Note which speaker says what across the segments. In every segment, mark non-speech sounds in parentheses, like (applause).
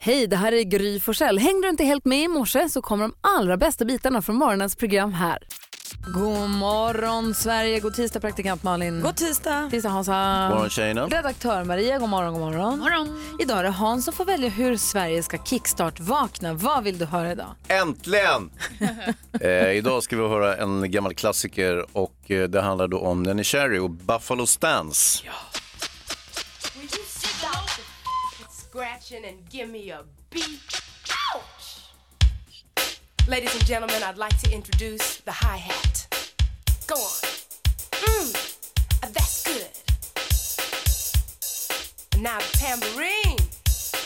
Speaker 1: Hej, det här är Gry Forssell. Hängde du inte helt med i morse så kommer de allra bästa bitarna från morgonens program här. God morgon Sverige, god tisdag praktikant Malin.
Speaker 2: God tisdag.
Speaker 1: Tisdag Hansa.
Speaker 3: Morgon, tjejerna.
Speaker 1: Redaktör Maria, god morgon, god morgon. Idag är det Hans som får välja hur Sverige ska kickstart-vakna. Vad vill du höra idag?
Speaker 3: Äntligen! (laughs) eh, idag ska vi höra en gammal klassiker och eh, det handlar då om Nenny Cherry och Buffalo Stance.
Speaker 4: Will you sit down and scratching and give me a beat? Ouch! Ladies and gentlemen, I'd like to introduce the hi-hat. Go on. Mmm, that's good. And now the tambourine,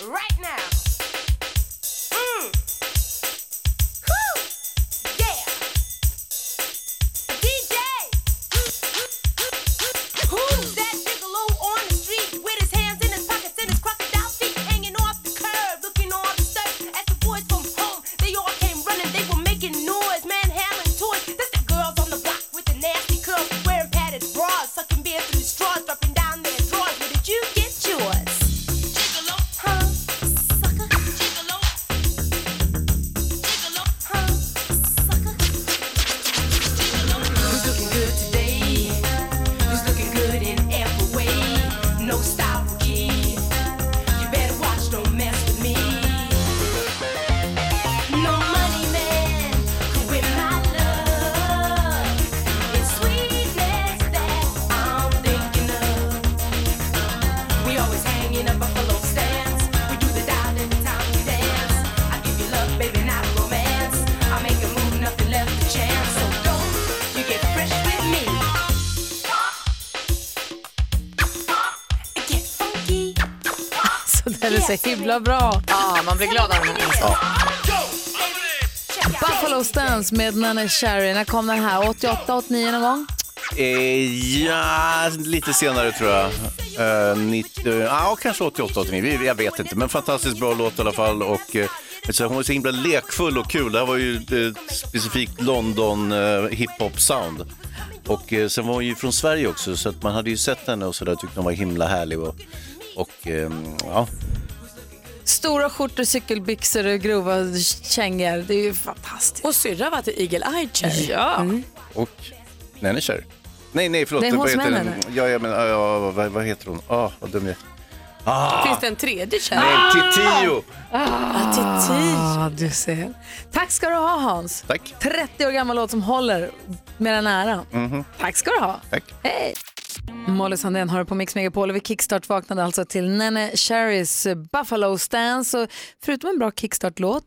Speaker 4: right now. Mmm. Whew. Yeah. DJ, Who's that gigolo on the street with his hands in his pockets and his crocodile feet hanging off the curb, looking all disturbed? As the boys from home, they all came running, they were making noise, manhandling toys. That's the girls on the block with the nasty curls, wearing padded bras, sucking beer through straws, dropping down their drawers. Where did you get yours? Gigolo, huh? Sucker, gigolo, gigolo, huh? Sucker, Who's looking good today? Who's looking good in every way? No style rookie. You better watch, don't mess with me. No money man could win my love. It's sweetness that I'm thinking of. We always hanging up buffalo stands. We do the dial every time we dance. I give you love, baby, not romance. I make a move, nothing left to chance. So don't you get fresh with me. Get funky.
Speaker 1: (laughs) Så det är så himla bra.
Speaker 2: Ja, man blir glad av den här.
Speaker 1: Buffalo Stance med Nanne Cherry. När kom den här? 88, 89 någon gång?
Speaker 3: Eh, ja, lite senare tror jag. Eh, 90, ja, kanske 88, 89. Vi- Jag vet inte, men fantastiskt bra låt i alla fall. Och, eh, så hon var så himla lekfull och kul. Det här var ju eh, specifikt London eh, hiphop-sound. Och eh, sen var hon ju från Sverige också, så att man hade ju sett henne och så där tyckte hon var himla härlig. Och, och ehm, ja,
Speaker 1: Stora skjortor, cykelbyxor och grova kängor. Det är ju fantastiskt.
Speaker 2: Och syrra var till Eagle Eye Cherry.
Speaker 1: Ja.
Speaker 3: och Nanny Cherry. Nej, nej, förlåt.
Speaker 1: Nej, hon
Speaker 3: vad
Speaker 1: som
Speaker 3: heter
Speaker 1: är
Speaker 3: den? Ja, jag menar, ja, vad, vad heter hon? Ah, vad dum jag är. Ah,
Speaker 2: Finns det en tredje Cherry?
Speaker 3: Nej, Titio!
Speaker 1: Ah, du ser. Tack ska du ha, Hans.
Speaker 3: Tack.
Speaker 1: 30 år gammal låt som håller med den äran. Tack ska du ha.
Speaker 3: Mhm. Tack.
Speaker 1: Hej! Molly Sandén har det på Mix Megapol och vi kickstart vaknade alltså till Nene Cherrys Buffalo Stance. Och förutom en bra kickstart-låt,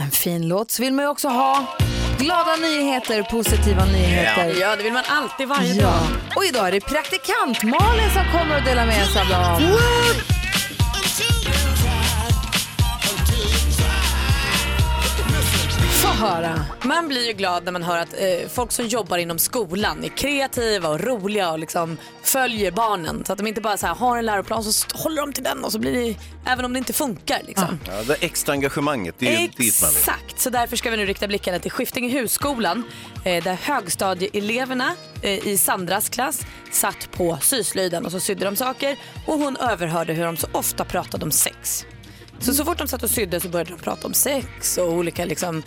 Speaker 1: en fin låt, så vill man ju också ha glada nyheter, positiva nyheter.
Speaker 2: Ja, det vill man alltid varje dag.
Speaker 1: Ja. Och idag är det praktikant Malin som kommer att dela med sig av dem. Få höra.
Speaker 2: Man blir ju glad när man hör att eh, folk som jobbar inom skolan är kreativa och roliga och liksom följer barnen. Så att de inte bara så här, har en läroplan så st- håller de till den och så blir det, även om det inte funkar liksom.
Speaker 3: Ja, det extra engagemanget, det är ju dit man vill.
Speaker 2: Exakt, så därför ska vi nu rikta blickarna till Skiftingehusskolan eh, där högstadieeleverna eh, i Sandras klass satt på syslöjden och så sydde de saker och hon överhörde hur de så ofta pratade om sex. Så, så fort de satt och sydde så började de prata om sex och olika liksom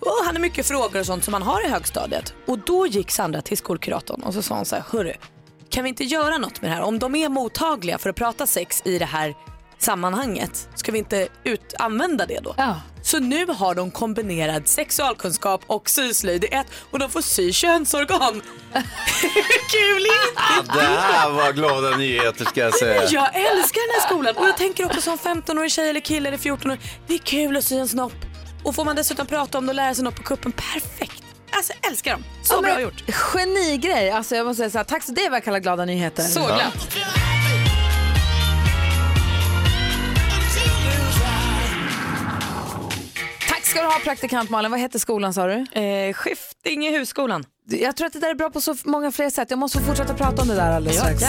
Speaker 2: och hade mycket frågor och sånt som man har i högstadiet. Och då gick Sandra till skolkuratorn och så sa hon så här, hörru, kan vi inte göra något med det här? Om de är mottagliga för att prata sex i det här sammanhanget, ska vi inte ut- använda det då?
Speaker 1: Ja.
Speaker 2: Så nu har de kombinerad sexualkunskap och syslöjd i ett och de får sy (laughs) könsorgan. Kul inte?
Speaker 3: Det här var glada nyheter ska jag säga.
Speaker 2: Jag älskar den här skolan och jag tänker också som 15-årig tjej eller kille eller 14 år. Det är kul att sy en snopp. Och får man dessutom prata om det och lära sig något på kuppen, perfekt. Alltså jag älskar dem. Så
Speaker 1: Ja, men
Speaker 2: bra gjort.
Speaker 1: Genigrej. Alltså jag måste säga så här, tack så det är vad jag kallar glada nyheter.
Speaker 2: Så glad.
Speaker 1: Tack ska du ha praktikant Malin. Vad heter skolan sa du?
Speaker 2: Eh, Skifting i husskolan.
Speaker 1: Jag tror att det där är bra på så många fler sätt. Jag måste få fortsätta prata om det där alldeles strax.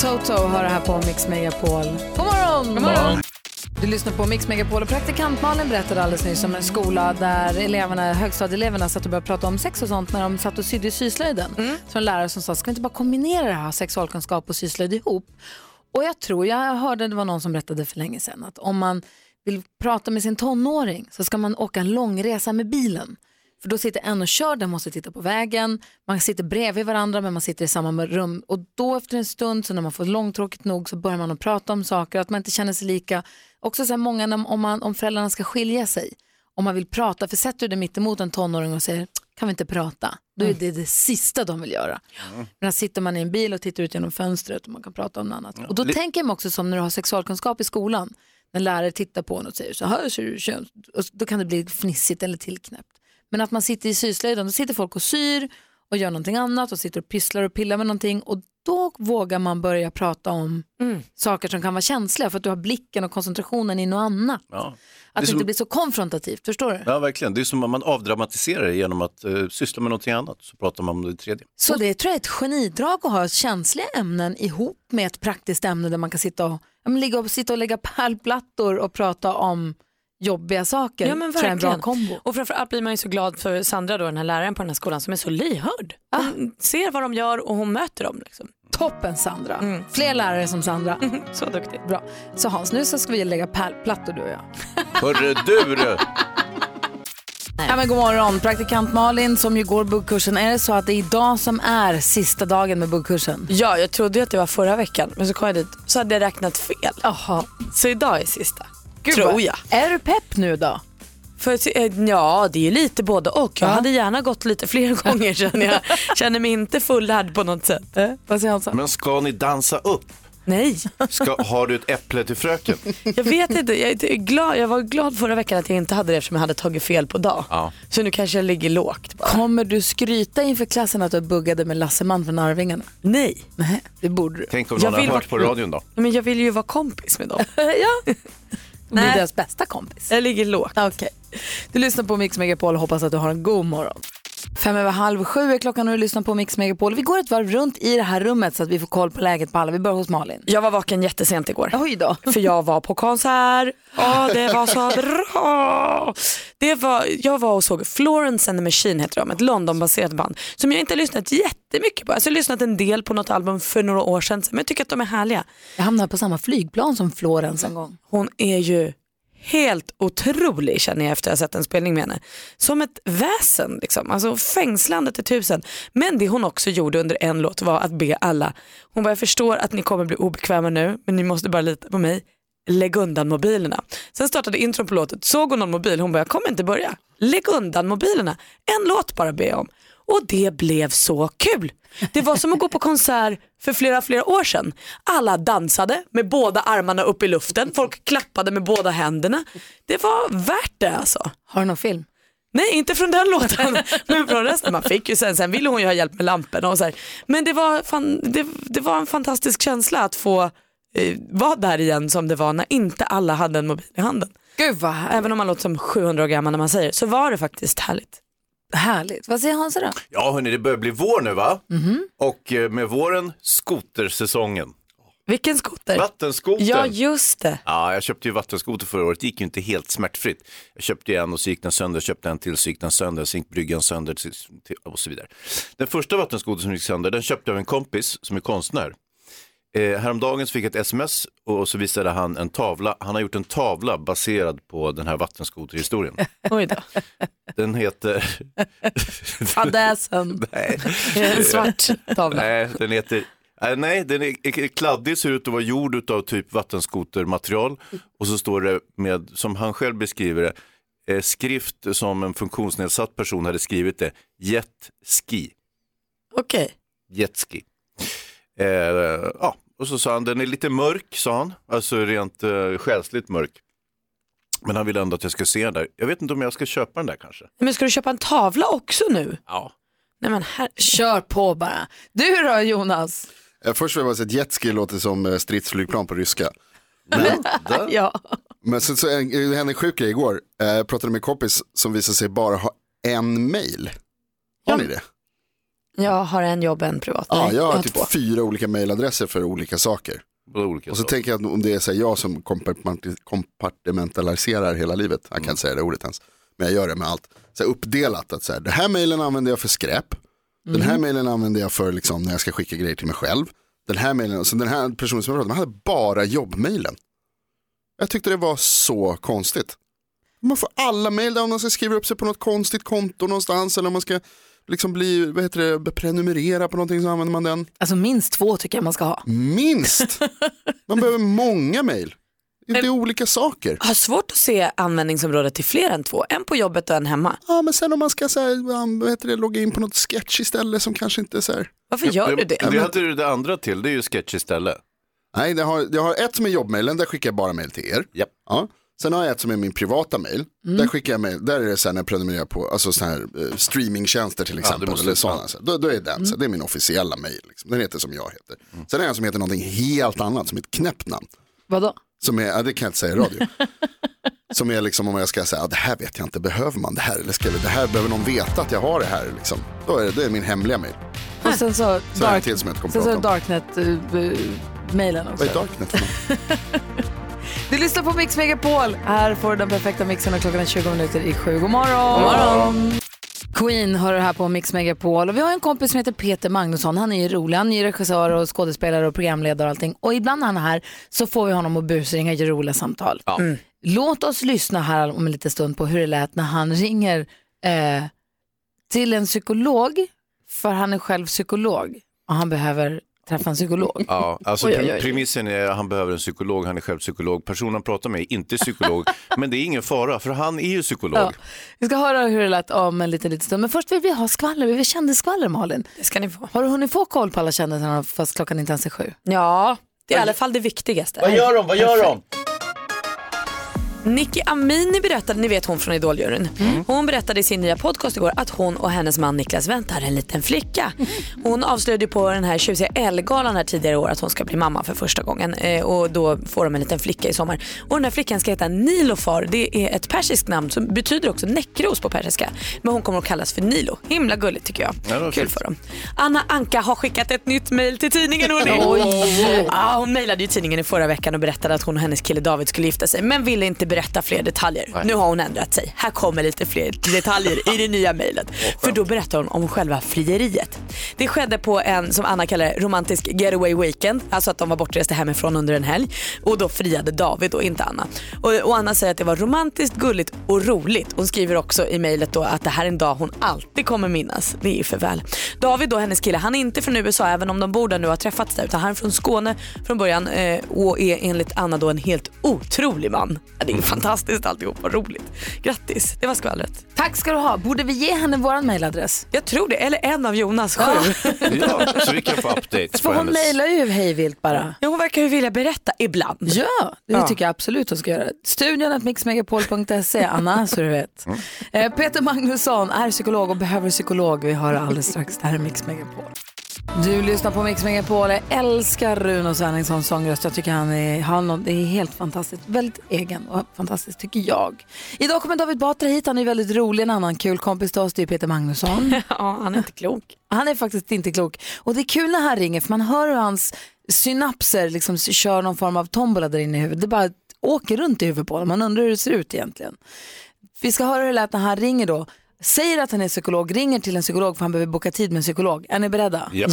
Speaker 1: Toto har det här på Mix Megapol. God morgon! God morgon! Du lyssnar på Mix Megapol och praktikant Malin berättade alldeles nyss om en skola där eleverna, högstadieeleverna satt och började prata om sex och sånt när de satt och sydde i syslöjden. Så en lärare som sa, ska vi inte bara kombinera det här sexualkunskap och syslöjd ihop? Och jag tror, jag hörde det var någon som berättade för länge sedan att om man vill prata med sin tonåring så ska man åka en långresa med bilen. För då sitter en och kör, den måste titta på vägen, man sitter bredvid varandra men man sitter i samma rum och då efter en stund så när man får långtråkigt nog så börjar man att prata om saker, att man inte känner sig lika. Också så här många när- om, man, om föräldrarna ska skilja sig, om man vill prata, för sätter du dig mitt emot en tonåring och säger kan vi inte prata, då är det det sista de vill göra. Men sitter man i en bil och tittar ut genom fönstret och man kan prata om något annat. Och då
Speaker 3: Li-
Speaker 1: tänker man också som när du har sexualkunskap i skolan, när lärare tittar på en och säger så här ser du köns... och då kan det bli fnissigt eller tillknäppt. Men att man sitter i syslöjden, då sitter folk och syr och gör någonting annat och sitter och pysslar och pillar med någonting och då vågar man börja prata om saker som kan vara känsliga för att du har blicken och koncentrationen i något annat.
Speaker 3: Ja.
Speaker 1: Att det
Speaker 3: som-
Speaker 1: inte blir så konfrontativt, förstår du?
Speaker 3: Ja, verkligen. Det är som om man avdramatiserar det genom att eh, syssla med någonting annat. Så pratar man om det tredje.
Speaker 1: Så det tror jag är ett genidrag att ha känsliga ämnen ihop med ett praktiskt ämne där man kan sitta och, ja, men ligga och, sitta och lägga pärlplattor och prata om jobbiga saker.
Speaker 2: Ja, men
Speaker 1: tror jag är en bra
Speaker 2: verkligen.
Speaker 1: kombo.
Speaker 2: Och framförallt blir man ju så glad för Sandra, då, den här läraren på den här skolan, som är så lyhörd. Hon ser vad de gör och hon möter dem. Liksom.
Speaker 1: Toppen Sandra. Fler lärare som (laughs) Sandra.
Speaker 2: Så duktig.
Speaker 1: Bra. Så Hans, nu så ska vi lägga pärlplattor du och jag.
Speaker 3: Hörru du! du.
Speaker 1: Ja, men god morgon, praktikant Malin som ju går buggkursen. Är det så att det är idag som är sista dagen med buggkursen?
Speaker 2: Ja, jag trodde ju att det var förra veckan, men så kom jag dit så hade jag räknat fel.
Speaker 1: Jaha.
Speaker 2: Så idag är sista. tror jag.
Speaker 1: Är du pepp nu då?
Speaker 2: För, att- eh, ja, det är ju lite både och. Jag hade gärna gått lite fler gånger känner jag. (laughs) Känner mig inte fulladd på något sätt.
Speaker 1: Vad säger Hansa?
Speaker 3: Men ska ni dansa upp?
Speaker 2: (laughs) Nej,
Speaker 3: Ska, har du ett äpple till fröken?
Speaker 2: jag vet inte. Jag, är glad, jag var glad förra veckan att jag inte hade det eftersom jag hade tagit fel på dag.
Speaker 3: Ja.
Speaker 2: Så nu kanske jag ligger lågt bara.
Speaker 1: Kommer du skryta inför klassen att du buggade med Lasseman från Arvingarna?
Speaker 2: Nej,
Speaker 1: Nej, det borde du.
Speaker 3: Tänk om
Speaker 2: Jag
Speaker 3: någon har
Speaker 2: vill
Speaker 3: hört
Speaker 2: vara-
Speaker 3: på radion då.
Speaker 2: men jag vill ju vara kompis med dem.
Speaker 1: (laughs) ja. Du är
Speaker 2: Nej.
Speaker 1: deras bästa kompis.
Speaker 2: Jag ligger lågt.
Speaker 1: Okej. Du lyssnar på Mix Megapol och hoppas att du har en god morgon. Fem över halv sju är klockan och du lyssnar på Mix Megapol. Vi går ett varv runt i det här rummet så att vi får koll på läget på alla. Vi börjar hos Malin.
Speaker 2: Jag var vaken jättesent igår.
Speaker 1: Oj då.
Speaker 2: För jag var på konsert. Ja, det var så bra. Det var, jag var och såg Florence and the Machine heter de, ett Londonbaserat band som jag inte har lyssnat jättemycket på. Alltså, jag har lyssnat en del på något album för några år sedan men jag tycker att de är härliga.
Speaker 1: Jag hamnade på samma flygplan som Florens en gång.
Speaker 2: Hon är ju helt otrolig känner jag efter att jag sett en spelning med henne. Som ett väsen liksom, alltså fängslande till tusen. Men det hon också gjorde under en låt var att be alla, hon bara jag förstår att ni kommer bli obekväma nu men ni måste bara lita på mig. Lägg undan mobilerna. Sen startade intron på låten, såg hon någon mobil, hon bara jag kommer inte börja. Lägg undan mobilerna. En låt bara be om. Och det blev så kul. Det var som att gå på konsert för flera, flera år sedan. Alla dansade med båda armarna upp i luften, folk klappade med båda händerna. Det var värt det alltså.
Speaker 1: Har du någon film?
Speaker 2: Nej, inte från den låten, (laughs) men från resten. Man fick ju sen, sen ville hon ju ha hjälp med lamporna och så här. Men det var, fan, det, det var en fantastisk känsla att få eh, vara där igen som det var när inte alla hade en mobil i handen.
Speaker 1: Gud vad här-
Speaker 2: Även om man låter som 700 år gammal när man säger det, så var det faktiskt härligt.
Speaker 1: härligt. Vad säger Hansa då?
Speaker 3: Ja, hörni, det börjar bli vår nu va? Och eh, med våren, skotersäsongen.
Speaker 2: Vilken skoter.
Speaker 3: Vattenskotern.
Speaker 2: Eh, Ja, just det.
Speaker 3: Ja, jag köpte ju vattenskoter förra året, det gick ju inte helt smärtfritt. Jag köpte ju en och så gick den sönder, köpte en till så gick den sönder, så gick bryggan sönder till- till- och så vidare. Den första vattenskotern som gick sönder, den köpte jag av en kompis som är konstnär. Eh, häromdagen så fick jag ett sms och så visade han en tavla. Han har gjort en tavla baserad på den här vattenskoterhistorien.
Speaker 2: Oj då.
Speaker 3: Den heter... (laughs)
Speaker 1: Fadäsen.
Speaker 3: Nej.
Speaker 1: En svart tavla.
Speaker 3: Nej, den heter... Eh, Nej, den är är kladdig, ser ut att vara gjord av typ vattenskotermaterial. Och så står det med, som han själv beskriver det, eh, skrift som en funktionsnedsatt person hade skrivit det, jetski.
Speaker 2: Okej.
Speaker 3: Jetski. Eh, ja, och så sa han, den är lite mörk, sa han, alltså rent eh, själsligt mörk. Men han ville ändå att jag ska se den där. Jag vet inte om jag ska köpa den där kanske.
Speaker 2: Men ska du köpa en tavla också nu?
Speaker 3: Ja.
Speaker 2: Nej men här...
Speaker 1: Kör på bara. Du då Jonas?
Speaker 5: Eh, Först vill jag bara säga att jetski låter som eh, stridsflygplan på ryska.
Speaker 3: Men, där,
Speaker 1: Ja.
Speaker 5: Men sen så en- det hände en sjuk grej igår. Eh, Jag pratade med en kompis som visade sig bara ha en mail. Har ni det?
Speaker 2: Jag har en jobb, en privat.
Speaker 5: Ja,
Speaker 2: Nej,
Speaker 5: jag har
Speaker 2: två.
Speaker 5: typ fyra olika mailadresser för olika saker.
Speaker 3: på olika
Speaker 5: Och så
Speaker 3: saker.
Speaker 5: tänker jag att om det är så här, jag som kompartiment- kompartimentaliserar hela livet, jag kan inte säga det ordet ens, men jag gör det med allt, så här uppdelat att så här, den här mailen använder jag för skräp, den här mailen använder jag för liksom, när jag ska skicka grejer till mig själv, den här mailen, så den här personen som jag pratade med hade bara jobbmailen. Jag tyckte det var så konstigt. Man får alla mejl där om man ska skriva upp sig på något konstigt konto någonstans eller om man ska liksom bli, vad heter det, prenumerera på någonting så använder man den.
Speaker 1: Alltså minst två tycker jag man ska ha.
Speaker 5: Minst! Man behöver många mejl. Det är olika saker.
Speaker 2: Har svårt att se användningsområdet till fler än två. En på jobbet och en hemma.
Speaker 5: Ja, men sen om man ska så här, vad heter det, logga in på något sketch istället som kanske inte är så här.
Speaker 2: Varför gör du det? Mm.
Speaker 3: Det hade du det andra till, det är ju sketch istället.
Speaker 5: Nej, jag har, jag har ett som är jobbmailen, där skickar jag bara mejl till er.
Speaker 3: Japp.
Speaker 5: Ja. Sen har jag ett som är min privata mejl. Där skickar jag mejl, där är det sen när jag prenumererar på alltså såna här eh, streamingtjänster till exempel.
Speaker 3: måste-
Speaker 5: eller såna, så. då, då är den, så det är min officiella mejl. Liksom. Den heter som jag heter. Sen är jag en som heter någonting helt annat, som är ett knäppt namn.
Speaker 1: Vadå?
Speaker 5: Som är, ja, det kan jag inte säga i
Speaker 1: (laughs)
Speaker 5: radio. som är liksom om jag ska säga, ja, det här vet jag inte, behöver man det här? Eller ska jag, det här behöver någon veta att jag har det här? Liksom. Då är det, det är min hemliga mejl.
Speaker 1: Och sen så,
Speaker 5: Sen har jag
Speaker 1: dark,
Speaker 5: en till som jag inte
Speaker 1: sen
Speaker 5: kommer
Speaker 1: så
Speaker 5: prata
Speaker 1: är
Speaker 5: om.
Speaker 1: Darknet-mailen också.
Speaker 5: Vad är Darknet för något?
Speaker 1: Du lyssnar på Mix Megapol. Här får du den perfekta mixen och klockan är 20 minuter i sju. God morgon! Queen hör det här på Mix Megapol. Och vi har en kompis som heter Peter Magnusson. Han är ju rolig. Han är ju regissör och skådespelare och programledare och allting. Och ibland när han är här så får vi honom att busringa och göra roliga samtal. Mm. Låt oss lyssna här om en liten stund på hur det lät när han ringer eh, till en psykolog. För han är själv psykolog och han behöver träffa en psykolog.
Speaker 3: Ja, alltså pre- premissen är att han behöver en psykolog, han är själv psykolog. Personen han pratar med är inte
Speaker 2: (laughs)
Speaker 3: psykolog, men det är ingen fara för han är ju psykolog.
Speaker 1: Ja. Vi ska höra hur det lät om en liten, liten stund. Men först vill vi ha skvaller. Vi vill kändisskvaller, Malin.
Speaker 2: Det ska ni få.
Speaker 1: Har du hunnit få koll på alla kändisarna fast klockan inte ens är sju?
Speaker 2: Ja, det är i alla fall det viktigaste. Vad gör de? Vad gör de? Nicky Amini berättade, ni vet hon från Idoljuryn, hon berättade i sin nya podcast igår att hon och hennes man Niklas väntar en liten flicka. Hon avslöjade ju på den här tjusiga Ellegalan här tidigare i år att hon ska bli mamma för första gången eh, och då får de en liten flicka i sommar. Och den här flickan ska heta Nilofar, det är ett persiskt namn som betyder också näckros på persiska. Men hon kommer att kallas för Nilo, himla gulligt tycker jag.
Speaker 3: Ja, det var
Speaker 2: Kul
Speaker 3: fint.
Speaker 2: för dem. Anna Anka har skickat ett nytt mejl till tidningen hörni. Ja, hon mejlade ju tidningen i förra veckan och berättade att hon och hennes kille David skulle gifta sig men ville inte berätta fler detaljer. Nu har hon ändrat sig. Här kommer lite fler detaljer i det nya mejlet. För då berättar hon om själva frieriet. Det skedde på en, som Anna kallar det, romantisk getaway weekend. Alltså att de var bortresta hemifrån under en helg. Och då friade David och inte Anna. Och, och Anna säger att det var romantiskt, gulligt och roligt. Hon skriver också i mejlet då att det här är en dag hon alltid kommer minnas. Det är ju för väl. David då, hennes kille, han är inte från USA även om de bor där nu och har träffats där. Utan han är från Skåne från början eh, och är enligt Anna då en helt otrolig man. Ja, det är fantastiskt alltihop, vad roligt. Grattis, det var skvallret.
Speaker 1: Tack ska du ha. Borde vi ge henne vår mejladress?
Speaker 2: Jag tror det, eller en av Jonas sju.
Speaker 3: Ja, så vi kan få updates på
Speaker 1: För hon
Speaker 3: hennes...
Speaker 1: mejlar ju hejvilt bara.
Speaker 2: Ja, hon verkar ju vilja berätta ibland.
Speaker 1: Ja, det tycker jag absolut hon ska göra. Studion att mixmegapol.se, Anna, så du vet. Eh, Peter Magnusson är psykolog och behöver psykolog. Vi hör alldeles strax. Det här är Mix Megapol. Du lyssnar på Mix Megapol. Jag älskar Runo Svenningssons sångröst. Jag tycker han är, han, har något- det är helt fantastiskt. Väldigt egen och fantastisk tycker jag. Idag kommer David Batra hit. Han är väldigt rolig. En annan kul kompis till oss det är Peter Magnusson.
Speaker 2: (laughs) Ja, han är inte klok.
Speaker 1: Han är faktiskt inte klok. Och det är kul när han ringer för man hör hur hans synapser liksom s- kör någon form av tombola där inne i huvudet. Det bara åker runt i huvudet på honom. Man undrar hur det ser ut egentligen. Vi ska höra hur det lät när han ringer då. Säger att han är psykolog, ringer till en psykolog för han behöver boka tid med en psykolog. Är ni beredda?
Speaker 3: Ja.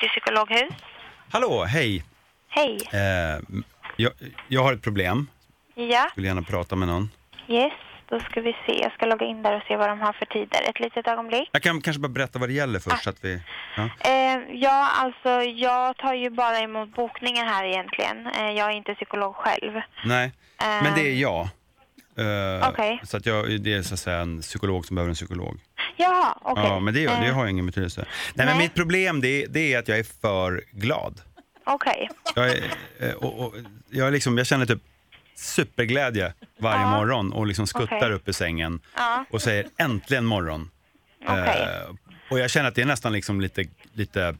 Speaker 6: till psykologhus.
Speaker 7: Hallå, hej.
Speaker 6: Hej.
Speaker 7: Eh, jag, jag har ett problem.
Speaker 6: Ja,
Speaker 7: Vill gärna prata med någon.
Speaker 6: yes. Då ska vi se. Jag ska logga in där och se vad de har för tider. Ett litet ögonblick.
Speaker 7: Jag kan kanske bara berätta vad det gäller
Speaker 6: Ah.
Speaker 7: först. Så att vi, ja.
Speaker 6: Eh, ja, alltså jag tar ju bara emot bokningar här egentligen. Eh, jag är inte psykolog själv.
Speaker 7: Nej, men det är jag. Eh,
Speaker 6: Okej.
Speaker 7: Så att jag, det är så att säga en psykolog som behöver en psykolog.
Speaker 6: Jaha, okej.
Speaker 7: Ja, men det,
Speaker 6: Eh,
Speaker 7: det har ingen betydelse. Nej, men
Speaker 6: nej.
Speaker 7: mitt problem det, är- det är att jag är för glad.
Speaker 6: Okej.
Speaker 7: Jag, är, eh, och, och, jag, är liksom, jag känner typ superglädje varje morgon och liksom skuttar
Speaker 6: Okej.
Speaker 7: upp i sängen
Speaker 6: Ja.
Speaker 7: och säger äntligen morgon.
Speaker 6: Okej.
Speaker 7: Eh, och jag känner att det är nästan liksom lite, lite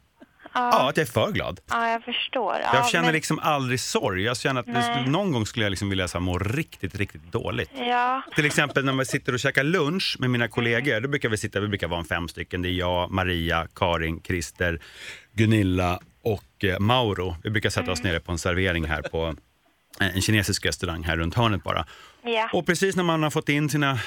Speaker 7: ja. att jag är för glad.
Speaker 6: Ja, jag förstår. Ja,
Speaker 7: Jag känner
Speaker 6: men,
Speaker 7: liksom aldrig sorg. Jag känner att det
Speaker 6: Nej.
Speaker 7: skulle, någon gång skulle jag liksom vilja så här, må riktigt, riktigt dåligt.
Speaker 6: Ja,
Speaker 7: Till exempel när man sitter och käkar lunch med mina kollegor, då brukar vi sitta, vi brukar vara en fem stycken. Det är jag, Maria, Karin, Christer, Gunilla och eh, Mauro. Vi brukar sätta oss nere på en servering här på eh, en kinesisk restaurang här runt hörnet bara.
Speaker 6: Ja.
Speaker 7: Och precis när man har fått in sina,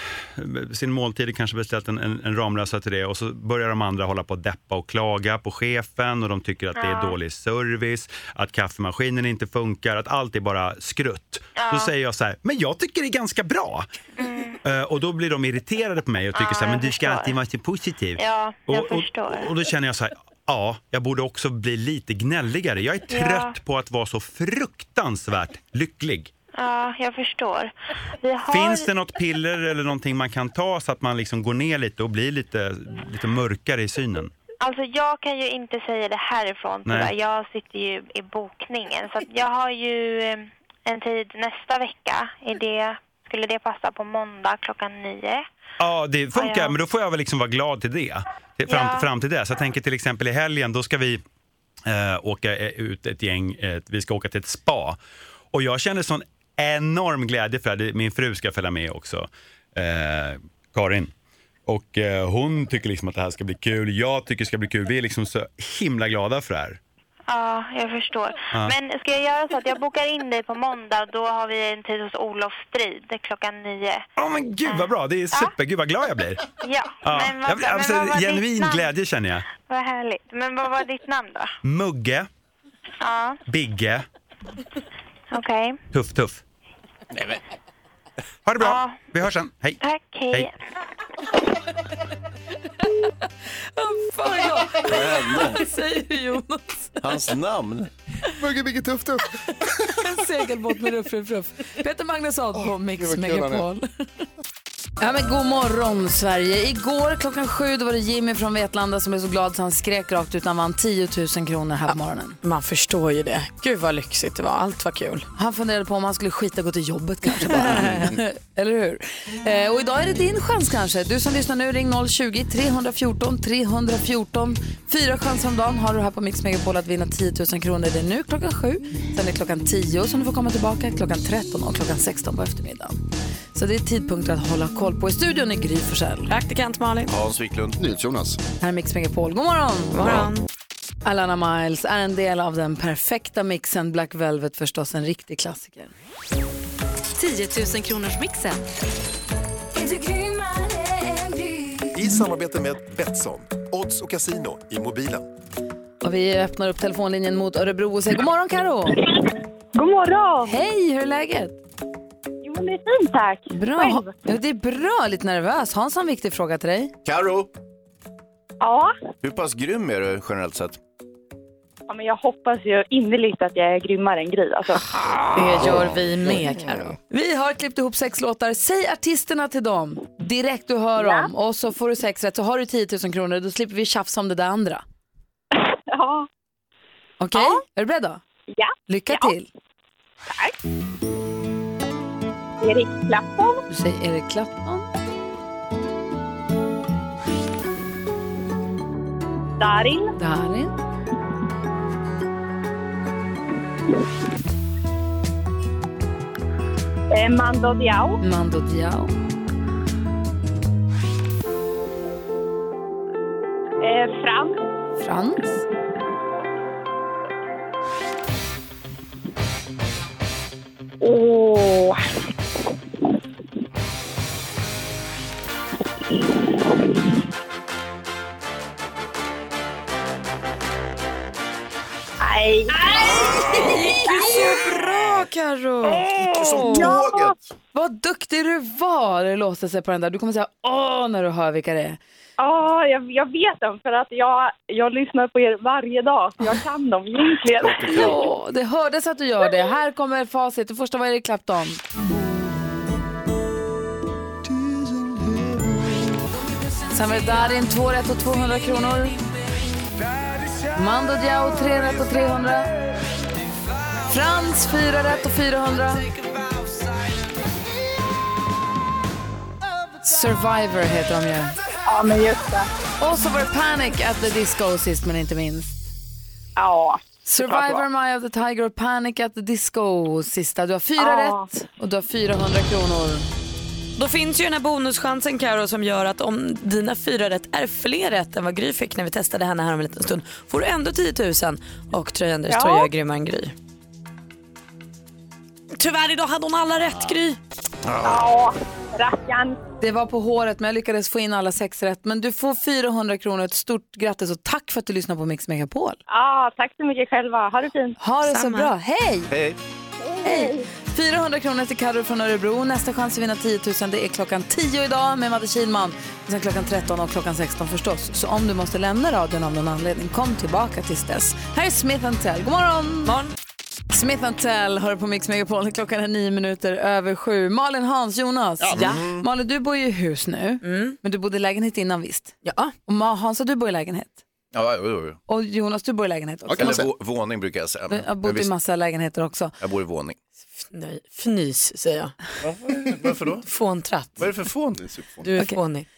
Speaker 7: sin måltid, kanske beställt en, en, en Ramlösa till det och så börjar de andra hålla på och deppa och klaga på chefen och de tycker att det är dålig service, att kaffemaskinen inte funkar, att allt är bara skrutt. Då säger jag så här, men jag tycker det är ganska bra. Eh, Och då blir de irriterade på mig och tycker så här, men du ska
Speaker 6: Mm. förstår.
Speaker 7: alltid vara så positiv.
Speaker 6: Ja, jag
Speaker 7: och,
Speaker 6: förstår.
Speaker 7: Och, och då känner jag så här, ja, jag borde också bli lite gnälligare. Jag är
Speaker 6: Ja.
Speaker 7: trött på att vara så fruktansvärt lycklig.
Speaker 6: Ja, jag förstår. Vi har...
Speaker 7: Finns det något piller eller någonting man kan ta så att man liksom går ner lite och blir lite, lite mörkare i synen?
Speaker 6: Alltså jag kan ju inte säga det härifrån
Speaker 7: Nej.
Speaker 6: tyvärr. Jag sitter ju i bokningen. Så att jag har ju eh, en tid nästa vecka. Är det, skulle det passa på måndag klockan nio?
Speaker 7: Ja, det funkar,
Speaker 6: Ja, ja.
Speaker 7: men då får jag väl liksom vara glad till det. Till- Fram,
Speaker 6: Ja.
Speaker 7: fram till det. Så jag tänker till exempel i helgen, då ska vi eh, åka eh, ut ett gäng, eh, vi ska åka till ett spa. Och jag känner sån enorm glädje för det. Min fru ska följa med också, eh, Karin. Och eh, hon tycker liksom att det här ska bli kul, jag tycker det ska bli kul. Vi är liksom så himla glada för det här.
Speaker 6: Ja, jag förstår. Men ska jag göra så att jag bokar in dig på måndag? Då har vi en tid hos Olof Strid klockan nio.
Speaker 7: Åh men gud vad bra, det är super, gud vad glad jag blir.
Speaker 6: Ja,
Speaker 7: Ja.
Speaker 6: men vad,
Speaker 7: jag blir
Speaker 6: men
Speaker 7: alltså,
Speaker 6: vad var ditt
Speaker 7: genuin
Speaker 6: namn?
Speaker 7: glädje känner jag.
Speaker 6: Vad härligt. Men vad var ditt namn då?
Speaker 7: Mugge,
Speaker 6: Ja,
Speaker 7: Bigge,
Speaker 6: okej.
Speaker 7: Tuff Tuff. Ha det bra,
Speaker 6: Ja.
Speaker 7: vi hörs sen. Hej.
Speaker 6: Tack, hej.
Speaker 7: Hej.
Speaker 2: Fan, ja.
Speaker 3: Vad hände?
Speaker 2: (laughs) Vad säger du Jonas?
Speaker 3: Hans namn?
Speaker 5: Bugge, Bigge, Tuff,
Speaker 1: (laughs)
Speaker 5: Tuff.
Speaker 1: En segelbåt med ruff, ruff, ruff. Peter Magnusson på
Speaker 5: gud,
Speaker 1: Mix
Speaker 5: vad kul han är.
Speaker 1: Megapol. Ja, men god morgon, Sverige. Igår klockan sju då var det Jimmy från Vetlanda som blev så glad så han skrek rakt ut. Han vann 10 000 kronor här på morgonen.
Speaker 2: Man förstår ju det. Gud vad lyxigt det var. Allt var kul.
Speaker 1: Han funderade på om han skulle skita och gå till jobbet kanske bara. (laughs) Eller hur? Eh, och idag är det din chans kanske. Du som lyssnar nu, ring 020-314 314. Fyra chanser om dagen har du här på Mix Megapol att vinna 10 000 kronor. Det är nu klockan sju, sen är det klockan 10 som du får komma tillbaka, klockan 13 och klockan 16 på eftermiddagen. Så det är tidpunkter att hålla koll på. I studion är Gry Forssell.
Speaker 2: Praktikant Malin.
Speaker 3: Hans Wiklund.
Speaker 5: Jonas.
Speaker 1: Här är Mix Megapol. God morgon!
Speaker 2: Morgon.
Speaker 1: Alana Miles är en del av den perfekta mixen. Black Velvet förstås, en riktig klassiker.
Speaker 8: 10 000 kronors mixen.
Speaker 9: I samarbete med Betsson, odds och kasino i mobilen.
Speaker 1: Och vi öppnar upp telefonlinjen mot Örebro och säger god morgon Karo.
Speaker 10: God morgon!
Speaker 1: Hej, hur är läget?
Speaker 10: Jo, men det är fint tack.
Speaker 1: Bra.
Speaker 10: Själv?
Speaker 1: Ja, det är bra, lite nervös. Hans har en viktig fråga till dig.
Speaker 3: Karo,
Speaker 10: Ja.
Speaker 3: hur pass grym är du generellt sett?
Speaker 10: ja, men jag hoppas ju innerligt att jag är grymmare än Gry. Alltså.
Speaker 2: Det gör vi med Karo.
Speaker 1: Vi har klippt ihop sex låtar. Säg artisterna till dem direkt du hör
Speaker 10: Ja.
Speaker 1: om och så får du sex rätt så har du 10 000 kronor. Då slipper vi tjafsa om det där andra.
Speaker 10: Ja.
Speaker 1: Okej, är du beredd då?
Speaker 10: Ja,
Speaker 1: Lycka
Speaker 10: Ja.
Speaker 1: till.
Speaker 10: Erik Clapton,
Speaker 1: Du säger Eric Clapton,
Speaker 10: Darin,
Speaker 1: Darin,
Speaker 10: eh, Mando Diao,
Speaker 1: Mando Diao,
Speaker 10: eh, Frans,
Speaker 1: Frans,
Speaker 10: och... Nej.
Speaker 2: Bra Karo.
Speaker 3: Som tåget!
Speaker 1: Vad duktig du var! Det låste sig på den där. Du kommer säga åh när du hör vilka det är.
Speaker 10: Ja, jag, jag vet dem för att jag, jag lyssnar på er varje dag. så Jag kan dem egentligen.
Speaker 1: Ja, det hördes att du gör det. Här kommer facit. Det första var Eric Clapton. Sen var det Darin, 2 rätt och 200 kronor. Mando Diao, 3 rätt och 300. Frans, 4 rätt och 400. Survivor heter de ju.
Speaker 10: Ja, men just det.
Speaker 1: Och så var det Panic at the Disco sist men inte minst.
Speaker 10: Ja.
Speaker 1: Survivor, My of the Tiger och Panic at the Disco. Sista. Du har fyra
Speaker 10: Ja.
Speaker 1: rätt och du har 400 kronor.
Speaker 2: Då finns ju den här bonuschansen Karo som gör att om dina fyra rätt är fler rätt än vad Gry fick när vi testade henne här om en liten stund får du ändå 10 000 och Tröjanders
Speaker 10: Ja.
Speaker 2: tröja är grymmare än Gry. Tyvärr idag hade hon alla rätt Gry.
Speaker 10: Ja, rackarn.
Speaker 1: Det var på håret men jag lyckades få in alla sex rätt. Men du får 400 kronor. Ett stort grattis och tack för att du lyssnar på Mix Megapol.
Speaker 10: Ja, tack så mycket själva. Ha det fint.
Speaker 1: Ha det så bra. Hej!
Speaker 3: Hej.
Speaker 1: Hej! 400 kronor till Carro från Örebro. Nästa chans att vinna 10 000 det är klockan 10 idag med Madde Kihlman. Och sen klockan 13 och klockan 16 förstås. Så om du måste lämna radion av någon anledning, kom tillbaka tills dess. Här är Smith Tell. God morgon! Smith Tell hör på Mix Megapol. Klockan är nio minuter över sju. Malin, Hans, Jonas.
Speaker 2: Ja.
Speaker 1: Malin, du bor ju i hus nu, men du bodde i lägenhet innan visst? Ja. Och Ma- Hans, du bor i lägenhet.
Speaker 3: Ja, jo, jo.
Speaker 1: Och Jonas, du bor i lägenhet också.
Speaker 3: Eller vå- våning brukar jag säga.
Speaker 1: Jag har bott i
Speaker 3: visst,
Speaker 1: massa lägenheter också.
Speaker 3: jag bor i våning.
Speaker 2: Nej, fnys säger jag.
Speaker 3: Varför då?
Speaker 2: Fåntratt.
Speaker 3: Vad är det för fåning?
Speaker 2: Du är
Speaker 1: Okej.
Speaker 2: fånig.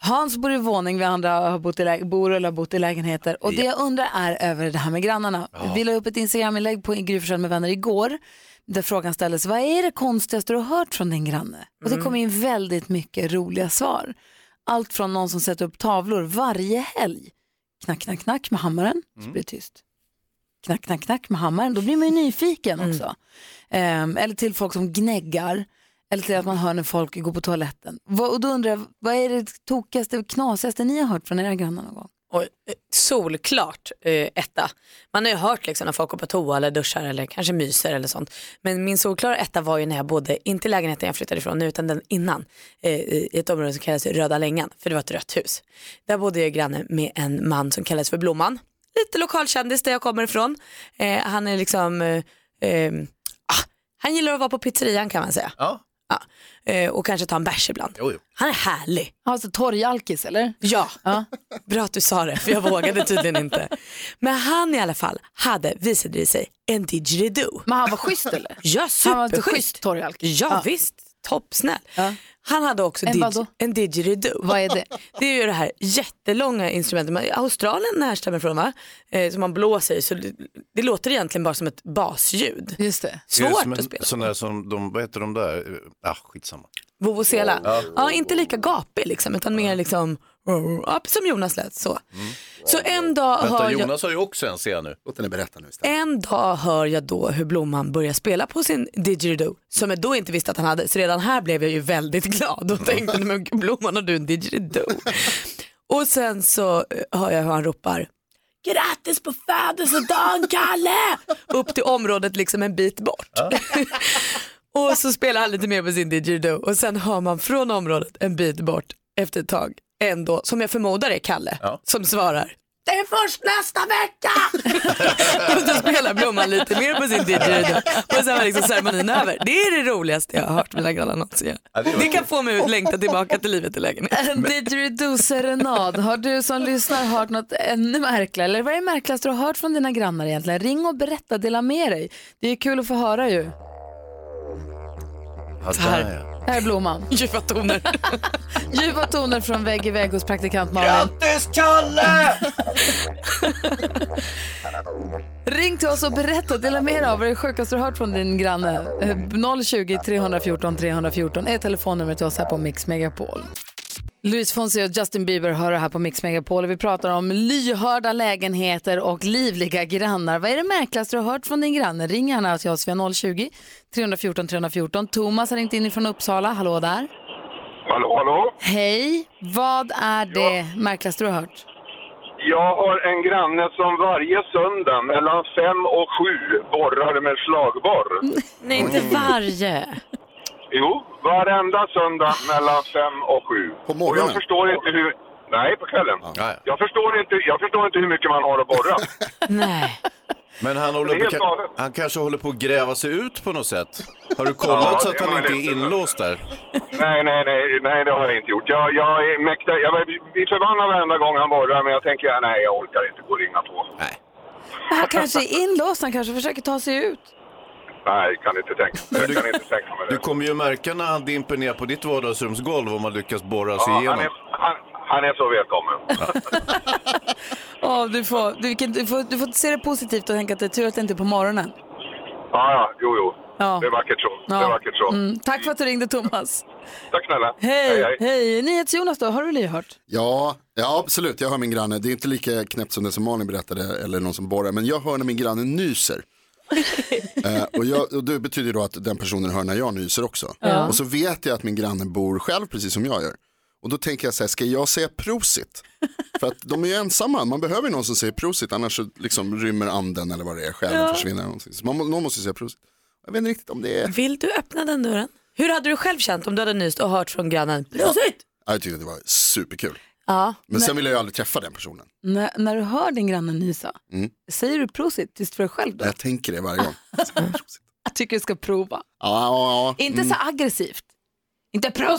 Speaker 1: Hans bor i våning, vi andra har bott i lä- bor eller har bott i lägenheter. Och det jag undrar är över det här med grannarna. Vi la upp ett Instagram-inlägg på Gry Forssell med vänner igår. Där frågan ställdes, vad är det konstigaste du har hört från din granne? Och det kom in väldigt mycket roliga svar. Allt från någon som sätter upp tavlor varje helg. Knack, knack, knack med hammaren, så blir det tyst. Knack, knack, knack med hammaren, då blir man ju nyfiken också. Ehm, eller till folk som gnäggar. Eller till att man hör när folk går på toaletten. Vad, och då undrar jag, vad är det tokigaste och knasigaste ni har hört från era grannar någon gång?
Speaker 2: Och, eh, solklart eh, etta. Man har ju hört liksom, när folk går på toa eller duschar eller kanske myser eller sånt. Men min solklara etta var ju när jag bodde, inte i lägenheten jag flyttade ifrån nu utan den innan, eh, i i ett område som kallas Röda Längan, för det var ett rött hus. Där bodde jag granne med en man som kallades för Blomman. Lite lokalkändis där jag kommer ifrån. Eh, han är liksom, eh, eh, ah, han gillar att vara på pizzerian kan man säga.
Speaker 3: Ja,
Speaker 2: Ja. Eh, och kanske ta en bärs ibland.
Speaker 3: jo, jo.
Speaker 2: Han är härlig.
Speaker 1: Alltså torrjalkis eller?
Speaker 2: Ja, bra att du sa det för jag vågade tydligen inte. Men han i alla fall hade, visade det sig, en didgeridoo.
Speaker 1: Men han var (laughs) schysst eller?
Speaker 2: Ja,
Speaker 1: Han var inte schysst
Speaker 2: superschysst.
Speaker 1: torrjalkis.
Speaker 2: Ja, visst, toppsnäll.
Speaker 1: Ja.
Speaker 2: Han hade också
Speaker 1: En
Speaker 2: didg-
Speaker 1: vadå?
Speaker 2: en didgeridoo.
Speaker 1: Vad är det?
Speaker 2: Det är ju det här jättelånga instrumentet, man- Australien härstammar från va? Eh, som man blåser i, så det, det låter egentligen bara som ett basljud.
Speaker 1: Just det.
Speaker 3: Det är
Speaker 2: Svårt
Speaker 3: som en-
Speaker 2: att spela.
Speaker 3: Sån där som de, vad heter de där? Ah, skitsamma.
Speaker 2: Vovvozela. Ja, inte lika gapig liksom, utan mer liksom, ja, som Jonas lät så. Så en dag hör
Speaker 3: Mm. Vänta,
Speaker 2: jag...
Speaker 3: Jonas har ju också en, ser jag nu.
Speaker 5: Låt henne berätta nu istället.
Speaker 2: En dag hör jag då hur Blomman börjar spela på sin didgeridoo som jag då inte visste att han hade. Så redan här blev jag ju väldigt (laughs) glad och tänkte, men gud, Blomman har du en didgeridoo? och sen så eh, hör jag hur han ropar, grattis på födelsedagen Kalle! Upp till området liksom en bit bort. (laughs) och så spelar han lite mer på sin didgeridoo och sen hör man från området en bit bort efter ett tag ändå, som jag förmodar är Kalle,
Speaker 3: Ja.
Speaker 2: som svarar det är först nästa vecka! och (laughs) då spelar Blomman lite mer på sin didgeridoo och sen var liksom ceremonin över. Det är det roligaste jag har hört mina grannar någonsin
Speaker 3: Ja, det
Speaker 2: göra.
Speaker 3: var
Speaker 2: Det
Speaker 3: kul.
Speaker 2: kan få mig att längta tillbaka till livet i lägenhet. (laughs)
Speaker 1: En didgeridoo-serenad. Har du som lyssnar hört något ännu märkligare? Eller vad är det märkligaste du har hört från dina grannar egentligen? Ring och berätta, dela med dig. Det är kul att få höra ju.
Speaker 3: Ja, där, ja.
Speaker 1: Här är blomman.
Speaker 2: Ljuva toner.
Speaker 1: Ljuva toner från vägg i vägg hos praktikant Malin.
Speaker 3: Grattis Kalle!
Speaker 1: Ring till oss och berätta, dela med dig av vad det sjukaste du har hört från din granne. Eh, 020 314 314 är telefonnumret till oss här på Mix Megapol. Luis Fonsi och Justin Bieber hör det här på Mix Megapol och vi pratar om lyhörda lägenheter och livliga grannar. Vad är det märkligaste du har hört från din granne? Ring gärna till oss via 020 314 314. Thomas har ringt in från Uppsala, hallå där.
Speaker 11: Hallå, hallå.
Speaker 1: Hej, vad är det märkligaste du har hört?
Speaker 11: Jag har en granne som varje söndag mellan fem och sju borrar med slagborr.
Speaker 2: Nej, inte varje.
Speaker 11: Jo, varenda söndag mellan fem och sju.
Speaker 5: På
Speaker 11: Och jag
Speaker 5: morgonen?
Speaker 11: förstår inte hur... Nej, på kvällen.
Speaker 3: Ja, ja.
Speaker 11: Jag förstår, inte, jag förstår inte hur mycket man har att borra.
Speaker 2: Nej.
Speaker 3: Men han,
Speaker 11: Det
Speaker 3: håller
Speaker 11: är helt
Speaker 3: på,
Speaker 11: galet.
Speaker 3: han kanske håller på att gräva sig ut på något sätt. Har du
Speaker 11: Ja,
Speaker 3: kollat så
Speaker 11: det
Speaker 3: att han
Speaker 11: var
Speaker 3: inte
Speaker 11: lite-
Speaker 3: är inlåst där?
Speaker 11: nej, nej, nej, nej, det har jag inte gjort. Jag, jag är mäktig. Jag blir förbannad varenda gång han borrar, men jag tänker, ja, nej, jag orkar inte gå och ringa på.
Speaker 3: Nej.
Speaker 1: Han kanske är inlåst, han kanske försöker ta sig ut.
Speaker 11: Nej, kan inte tänka, jag kan inte tänka mig det.
Speaker 3: Du kommer ju märka när han dimper ner på ditt vardagsrumsgolv om han lyckas borra sig
Speaker 11: ja, han,
Speaker 3: igenom.
Speaker 11: är, han, han är så välkommen.
Speaker 1: Ja, du, får, du, vilken- du, får, du får se det positivt och tänka att det är tur att det inte är på morgonen.
Speaker 11: Ja, ja, jo, jo.
Speaker 1: Ja.
Speaker 11: Det är vackert så.
Speaker 1: Ja.
Speaker 11: Det är vackert så.
Speaker 1: Mm, tack för att du ringde Thomas.
Speaker 11: Tack snälla.
Speaker 1: Hej, hej. NyhetsJonas då, har du lyhört?
Speaker 5: Ja, ja, absolut. Jag hör min granne. Det är inte lika knäppt som det som Malin berättade eller någon som borrar. Men jag hör när min granne nyser. Eh, och, jag, och det betyder då att den personen hör när jag nyser också.
Speaker 12: Ja.
Speaker 5: Och så vet jag att min granne bor själv precis som jag gör. Och då tänker jag så här, ska jag säga prosit? För att de är ju ensamma, man behöver ju någon som säger prosit, annars så liksom rymmer anden eller vad det är, själen
Speaker 2: Ja.
Speaker 5: försvinner. eller någonting. Så man, må- någon måste ju säga prosit. Jag vet inte riktigt om det är...
Speaker 2: Vill du öppna den dörren? Hur hade du själv känt om du hade nyst och hört från grannen?
Speaker 5: Ja, jag tyckte att det var superkul.
Speaker 1: Ja.
Speaker 5: Men sen vill jag ju aldrig träffa den personen.
Speaker 1: När, när du hör din granne nysa,
Speaker 5: Mm.
Speaker 1: säger du prosit tills för dig själv då?
Speaker 5: Jag tänker det varje gång.
Speaker 1: Jag tycker du ska prova.
Speaker 5: Ja, ja, ja.
Speaker 1: Inte så
Speaker 5: Mm.
Speaker 1: aggressivt. Inte prosit!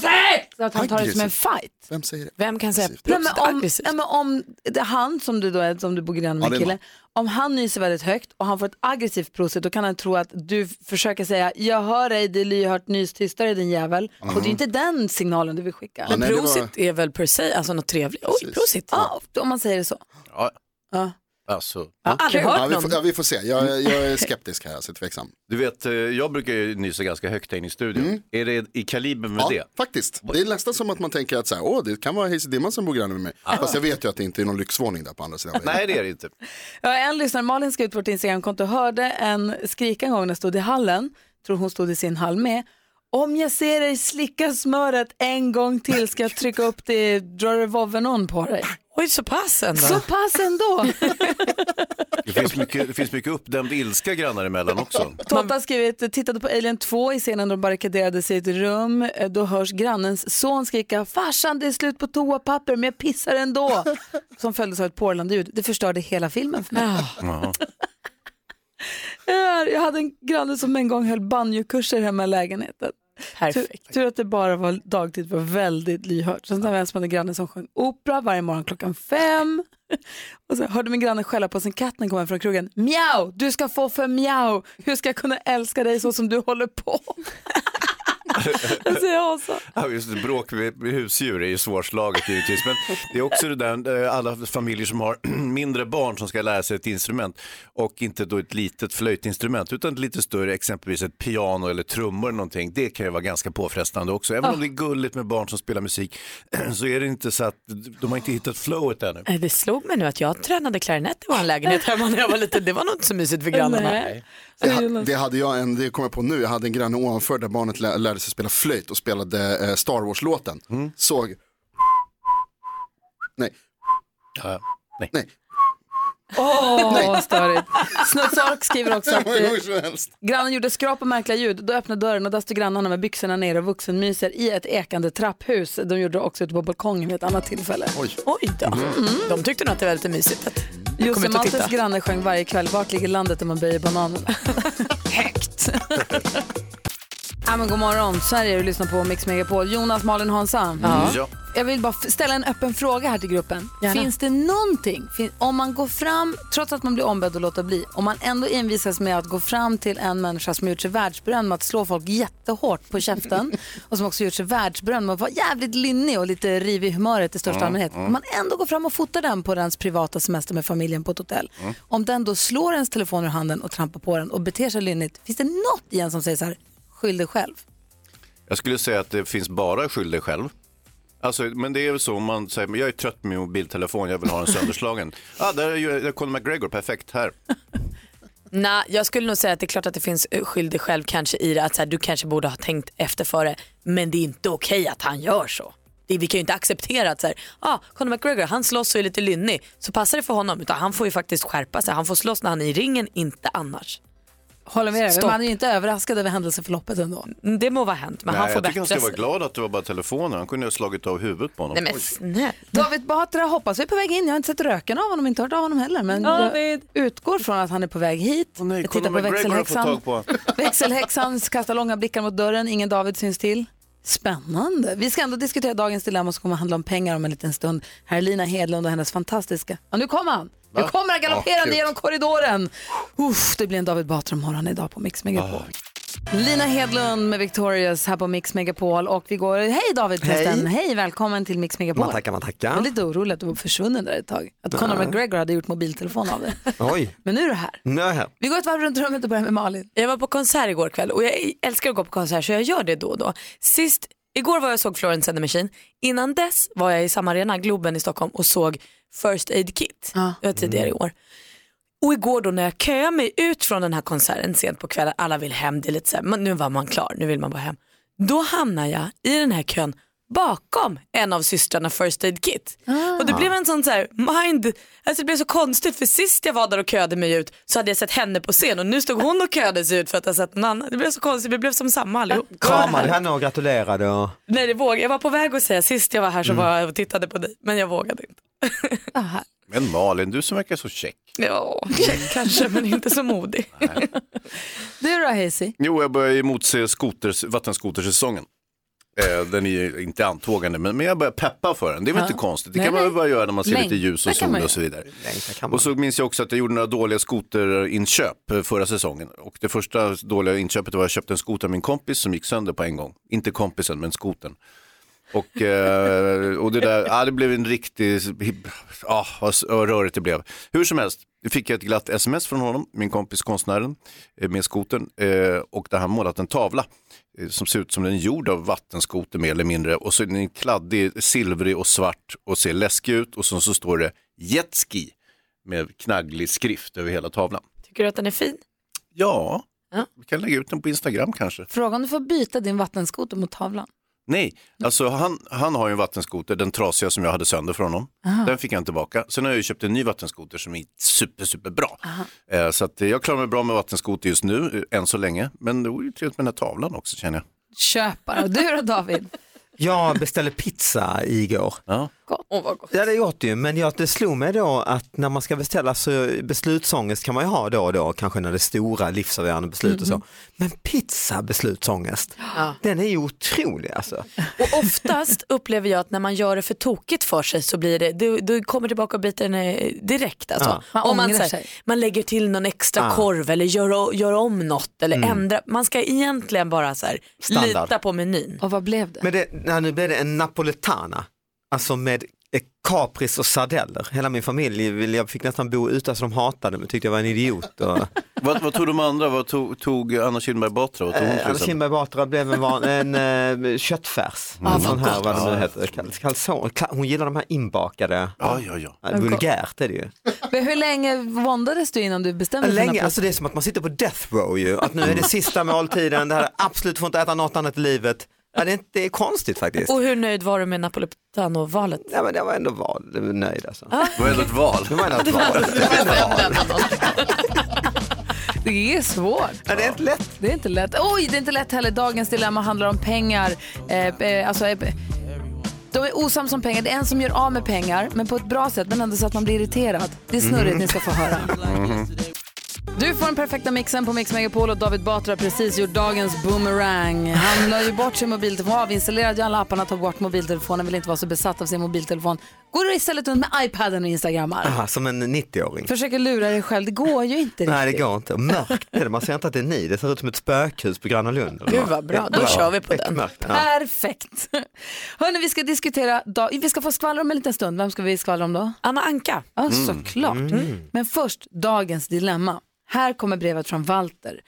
Speaker 1: Så att han tar det som en
Speaker 5: Aggressivt.
Speaker 1: fight.
Speaker 5: Vem säger det?
Speaker 2: Vem kan säga
Speaker 1: Nej, men om, nej, men om det är han som du då är, som du bor granne
Speaker 2: Ja,
Speaker 1: med
Speaker 2: det är
Speaker 1: killen, om han nyser väldigt högt och han får ett aggressivt prosit då kan han tro att du f- försöker säga jag hör dig, det är lyhört, nys tystare din jävel.
Speaker 2: Mhm.
Speaker 1: Och det är inte den signalen du vill skicka.
Speaker 2: Men prosit är väl per se alltså något trevligt? Oj, prosit.
Speaker 1: Ja, om man säger det så.
Speaker 3: Ja.
Speaker 1: Ja.
Speaker 3: Alltså.
Speaker 1: Jag har aldrig hört
Speaker 5: ja, vi får,
Speaker 1: någon.
Speaker 5: ja, vi får se. Jag, jag är skeptisk här, alltså tveksam.
Speaker 3: Du vet, eh, jag brukar ju nysa ganska högt här inne i studion. Är det i kaliber med
Speaker 5: Mm. Ja,
Speaker 3: det?
Speaker 5: faktiskt. Det är nästan som att man tänker att så här, Åh, det kan vara Hayes Dimman som bor granne med mig. Fast jag vet ju att det inte är någon lyxvåning där på andra sidan.
Speaker 3: Nej, det är det inte.
Speaker 1: Ja, en lyssnare, Malin, skrev ut på vårt Instagramkonto och hörde en skrika en gång när jag stod i hallen, tror hon stod i sin hall med. Om jag ser dig slicka smöret en gång till ska jag trycka upp det, dra revolvern on på dig.
Speaker 2: Oj, så pass ändå.
Speaker 1: Så pass (laughs) ändå.
Speaker 3: Det finns mycket, det finns mycket uppdämd ilska grannar emellan också.
Speaker 1: Totta har skrivit, tittade på Alien 2 i scenen då de barrikaderade sig i ett rum. Eh, Då hörs grannens son skrika, farsan det är slut på toapapper men jag pissar (laughs) ändå. Som följdes av ett porrlandljud. Det förstörde hela filmen för mig. Här, Jag hade en granne som en gång höll banjokurser hemma i lägenheten.
Speaker 2: Perfekt.
Speaker 1: Tur, tur att det bara var dagtid, var väldigt lyhört. Sen hade jag en som hade granne som sjöng opera varje morgon klockan fem. (laughs) Och så hörde min granne skälla på sin katt när han kom hem från krogen. Mjau, du ska få för mjau. Hur ska jag kunna älska dig så som du håller på? Alltså, jag så.
Speaker 3: Ja, just det, bråk med med husdjur är ju svårslaget givetvis. Men det är också det där eh, alla familjer som har (clears throat) mindre barn som ska lära sig ett instrument och inte då ett litet flöjtinstrument utan ett lite större, exempelvis ett piano eller trummor eller någonting. Det kan ju vara ganska påfrestande också. Även om
Speaker 2: Ah.
Speaker 3: det är gulligt med barn som spelar musik (clears throat) så är det inte så att de har inte hittat flowet ännu.
Speaker 2: Nej, Det slog mig nu att jag tränade klarinett i vår lägenhet hemma när jag var liten. Det var nog inte så mysigt för grannarna.
Speaker 5: Nej. Det, ha- det hade jag en, det kom jag på nu, jag hade en granne ovanför där barnet lä- lärde sig spela flöjt och spelade eh, Star Wars-låten. Såg... Nej.
Speaker 3: nej.
Speaker 5: Nej.
Speaker 1: Åh, (laughs) vad störigt. Snutsork skriver också
Speaker 5: (laughs)
Speaker 1: att
Speaker 5: Hur
Speaker 1: eh,
Speaker 5: som helst.
Speaker 1: grannen gjorde skrap och märkliga ljud. Då öppnade dörren och där stod grannarna med byxorna nere och vuxenmyser i ett ekande trapphus. De gjorde det också ute på balkongen vid ett annat tillfälle.
Speaker 5: Oj.
Speaker 2: Oj då. Mm. De tyckte nog att det var lite mysigt. att- Jag kommer ut
Speaker 1: Josse
Speaker 2: och
Speaker 1: Maltes
Speaker 2: titta.
Speaker 1: granne sjöng varje kväll Vart ligger landet om man
Speaker 2: (laughs)
Speaker 1: böjer bananerna? Högt. ja, men god morgon, Sverige. Du lyssnar på Mix Megapol. Jonas, Malin, Hansa.
Speaker 2: Ja. Ja.
Speaker 1: Jag vill bara f- ställa en öppen fråga här till gruppen.
Speaker 2: Gärna.
Speaker 1: Finns det någonting, fin- om man går fram, trots att man blir ombedd att låta bli, om man ändå envisas med att gå fram till en människa som gjort sig världsberömd med att slå folk jättehårt på (laughs) käften och som också gjort sig världsberömd med att vara jävligt linnig och lite rivig i humöret i största
Speaker 2: Mm,
Speaker 1: allmänhet.
Speaker 2: mm.
Speaker 1: Om man ändå går fram och fotar den på dens privata semester med familjen på ett hotell.
Speaker 2: Mm.
Speaker 1: Om den då slår ens telefon ur handen och trampar på den och beter sig lynnigt, finns det något i en som säger så här, skyll dig själv?
Speaker 3: Jag skulle säga att det finns bara skyll dig själv. Alltså, men det är väl så om man säger, men jag är trött på min mobiltelefon, jag vill ha den sönderslagen. (laughs) ah, där är ju där är Conor McGregor, perfekt, här.
Speaker 2: Nej, jag skulle nog säga att det är klart att det finns eh, skyld dig själv kanske i det att så här, du kanske borde ha tänkt efter före men det är inte okej att han gör så. Det, vi kan ju inte acceptera att så här, ah, Conor McGregor han slåss och är lite lynnig så passar det för honom utan han får ju faktiskt skärpa sig. Han får slåss när han är i ringen, inte annars.
Speaker 1: Håller med dig,
Speaker 2: Stopp.
Speaker 1: man är ju inte överraskad över händelseförloppet ändå.
Speaker 2: Det må vara hänt men
Speaker 3: Nej,
Speaker 2: han får
Speaker 3: jag tycker
Speaker 2: bättra
Speaker 3: han ska
Speaker 2: sig.
Speaker 3: vara glad att det var bara telefonen, han kunde ju ha slagit av huvudet på honom.
Speaker 2: Nej, men
Speaker 3: Oj.
Speaker 2: snälla.
Speaker 1: David Batra hoppas vi är på väg in. Jag har inte sett röken av honom, inte hört av honom heller. Men
Speaker 2: David.
Speaker 1: jag utgår från att han är på väg hit.
Speaker 3: nej,
Speaker 1: jag tittar på
Speaker 3: Conor McGregor har fått
Speaker 1: växelhäxan.
Speaker 3: tag på.
Speaker 1: (laughs) växelhäxan kastar långa blickar mot dörren. Ingen David syns till. Spännande. Vi ska ändå diskutera dagens dilemma som kommer handla om pengar om en liten stund. Här är Lina Hedlund och hennes fantastiska... Ja, nu kommer han! Nu
Speaker 2: Va?
Speaker 1: kommer han
Speaker 2: Ja,
Speaker 1: galopperande
Speaker 2: kul.
Speaker 1: genom korridoren. Uff, det blir en David Batra-morgon idag på Mix Megapol.
Speaker 3: Ah,
Speaker 1: Lina Hedlund med Victorious här på Mix Megapol och vi går, hej David
Speaker 13: Hej.
Speaker 1: förresten, hej. välkommen till Mix Megapol.
Speaker 13: Man tackar, man tackar.
Speaker 1: Jag var lite orolig att du var försvunnen där ett tag, att Conor
Speaker 13: Nej.
Speaker 1: McGregor hade gjort
Speaker 13: (laughs)
Speaker 1: mobiltelefon av dig.
Speaker 13: Oj,
Speaker 1: Men nu är du här.
Speaker 13: nu är jag här.
Speaker 1: Vi går ett varv runt rummet och börjar med Malin.
Speaker 2: Jag var på konsert igår kväll och jag älskar att gå på konsert så jag gör det då och då. Sist, igår var jag och såg Florence and the Machine. Innan dess var jag i samma arena, Globen i Stockholm och såg First Aid Kit. Det var tidigare i år. Och igår då när jag köade mig ut från den här konserten sent på kvällen, alla vill hem, det är lite så här, men nu var man klar, nu vill man bara hem. Då hamnar jag i den här kön bakom en av systrarna First Aid Kit. Och det blev en sån så här mind, alltså det blev så konstigt för sist jag var där och köade mig ut så hade jag sett henne på scen och nu stod hon och köade sig ut för att jag sett någon annan. Det blev så konstigt, vi blev som samma (laughs) allihop.
Speaker 12: Kramade henne och gratulerade och...
Speaker 2: Nej det vågade jag, var på väg att säga sist jag var här så var jag och tittade på dig men jag vågade inte.
Speaker 3: Men Malin, du som verkar så käck.
Speaker 2: Ja, check kanske men inte så modig.
Speaker 1: Du då Hazy?
Speaker 3: Jo, jag börjar emotse skoters, vattenskotersäsongen. Eh, Den är ju inte antågande, men men jag börjar peppa för den. Det är väl
Speaker 1: Ja.
Speaker 3: inte konstigt. Det
Speaker 1: Nej,
Speaker 3: kan man väl
Speaker 1: nej.
Speaker 3: bara göra när man ser
Speaker 1: Nej,
Speaker 3: lite ljus
Speaker 1: det
Speaker 3: och
Speaker 1: kan man
Speaker 3: sol
Speaker 1: göra.
Speaker 3: och så vidare. Och så minns jag också att jag gjorde några dåliga skoterinköp eh, förra säsongen. Och det första dåliga inköpet var att jag köpte en skoter av min kompis som gick sönder på en gång. Inte kompisen, men skotern. Och, eh, och det där, ah, det blev en riktig, ah, vad s- vad rörigt det blev. Hur som helst, nu fick jag ett glatt sms från honom, min kompis konstnären, eh, med skoten eh, och där han målat en tavla eh, som ser ut som den är gjord av vattenskoter mer eller mindre och så är den kladdig, silvrig och svart och ser läskig ut och sen så står det jetski med knagglig skrift över hela tavlan.
Speaker 2: (laughs) Tycker du att den är fin?
Speaker 3: Ja, vi kan lägga ut den på Instagram kanske.
Speaker 1: Fråga om du får byta din vattenskoter mot tavlan.
Speaker 3: Nej, alltså han, han har ju en vattenskoter, den trasiga som jag hade sönder från honom.
Speaker 1: Aha.
Speaker 3: Den fick han tillbaka. Sen har jag ju köpt en ny vattenskoter som är super, super bra. Eh, så att eh, jag klarar mig bra med vattenskoter just nu, eh, än så länge. Men det vore ju trevligt med den här tavlan också känner jag.
Speaker 1: Köpare. Och du då David?
Speaker 13: (laughs)
Speaker 12: Jag beställde pizza igår.
Speaker 3: Ja.
Speaker 2: Åh, vad gott.
Speaker 12: Ja det är gott ju, men jag, det slog mig då att när man ska beställa så beslutsångest kan man ju ha då och då, kanske när det är stora livsavgörande beslut och så. Men pizza (gasps) beslutsångest, den är ju otrolig alltså.
Speaker 2: Och oftast (laughs) upplever jag att när man gör det för tokigt för sig så blir det, du, du kommer tillbaka och biter den eh, direkt. Alltså.
Speaker 12: Ja.
Speaker 1: Man
Speaker 2: Om
Speaker 1: ångrar
Speaker 2: så här,
Speaker 1: sig.
Speaker 2: man lägger till någon extra
Speaker 12: Ja.
Speaker 2: korv eller gör, gör om något eller
Speaker 12: Mm.
Speaker 2: ändra. Man ska egentligen bara så här,
Speaker 12: Standard.
Speaker 2: lita på menyn.
Speaker 1: Och vad blev det?
Speaker 12: Men det, nej, nu blev det en napoletana, alltså med eh, kapris och sardeller. Hela min familj, vill- jag fick nästan bo ute så de hatade mig, tyckte jag var en idiot. (laughs) Och,
Speaker 3: Vad, vad tog de andra? Vad tog, tog Anna Kinberg Batra? Vad tog hon
Speaker 12: eh,
Speaker 3: till
Speaker 12: Anna
Speaker 3: exempel?
Speaker 12: Kinberg Batra blev en, van, en eh, köttfärs,
Speaker 3: Mm.
Speaker 12: en sån här,
Speaker 3: gott.
Speaker 12: vad det nu
Speaker 3: Ja.
Speaker 12: heter, kal- kalsong. Kla- Hon gillar de här inbakade,
Speaker 3: Ja, ja, ja.
Speaker 12: Eh, vulgärt är det ju.
Speaker 1: Men hur länge våndades du innan du bestämde dig för den
Speaker 12: Länge,
Speaker 1: här
Speaker 12: alltså det är som att man sitter på death row ju, att nu är det sista måltiden, det här är absolut får inte äta något annat i livet. Ja, det, är, inte- det är konstigt faktiskt.
Speaker 2: Och hur nöjd var du med Napoletano-valet?
Speaker 12: Ja, men jag var ändå val, nöjd alltså.
Speaker 3: Det var ändå ett val.
Speaker 12: Det var ändå ett val.
Speaker 1: Det är svårt.
Speaker 12: det är inte lätt.
Speaker 1: Det är inte lätt. Oj, det är inte lätt heller. Dagens dilemma handlar om pengar. Eh, eh, alltså, eh, de är osams om pengar. Det är en som gör av med pengar, men på ett bra sätt, men ändå så att man blir irriterad. Det är snurrigt,
Speaker 12: Mhm.
Speaker 1: ni ska
Speaker 12: (laughs)
Speaker 1: få höra. Du får den perfekta mixen på Mix Megapol och David Batra har precis gjort dagens boomerang. Han la ju bort sin mobiltelefon, avinstallerade ju alla apparna, tog bort mobiltelefonen, vill inte vara så besatt av sin mobiltelefon. Går istället runt med iPaden och instagrammar.
Speaker 12: Aha, som en 90-åring.
Speaker 1: Försöker lura dig själv, det går ju inte riktigt.
Speaker 12: Nej det går inte, Och mörkt är det, man ser inte att det är ni, det ser ut som ett spökhus på Gröna Lund.
Speaker 2: Gud, vad bra. Då
Speaker 12: Ja,
Speaker 2: kör vi på
Speaker 12: ett
Speaker 2: den.
Speaker 12: Mörkt. Ja.
Speaker 1: Perfekt. (laughs) Hörni, vi ska diskutera, dag- vi ska få skvaller om en liten stund. Vem ska vi skvallra om då?
Speaker 2: Anna Anka.
Speaker 1: Ja, såklart. Men först dagens dilemma. Här kommer brevet från Walter.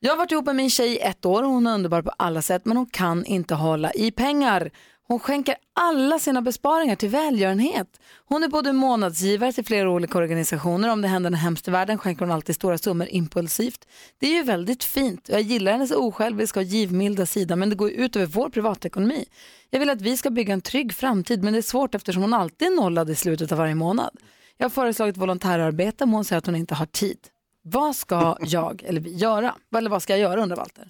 Speaker 1: Jag har varit ihop med min tjej i ett år och hon är underbar på alla sätt men hon kan inte hålla i pengar. Hon skänker alla sina besparingar till välgörenhet. Hon är både månadsgivare till flera olika organisationer. Om det händer något hemskt i världen skänker hon alltid stora summor impulsivt. Det är ju väldigt fint. Jag gillar hennes osjälviska och givmilda sida men det går ju ut över vår privatekonomi. Jag vill att vi ska bygga en trygg framtid men det är svårt eftersom hon alltid är nollad i slutet av varje månad. Jag har föreslagit volontärarbete men hon säger att hon inte har tid. Vad ska jag eller vi göra? Eller vad ska jag göra undrar Walter?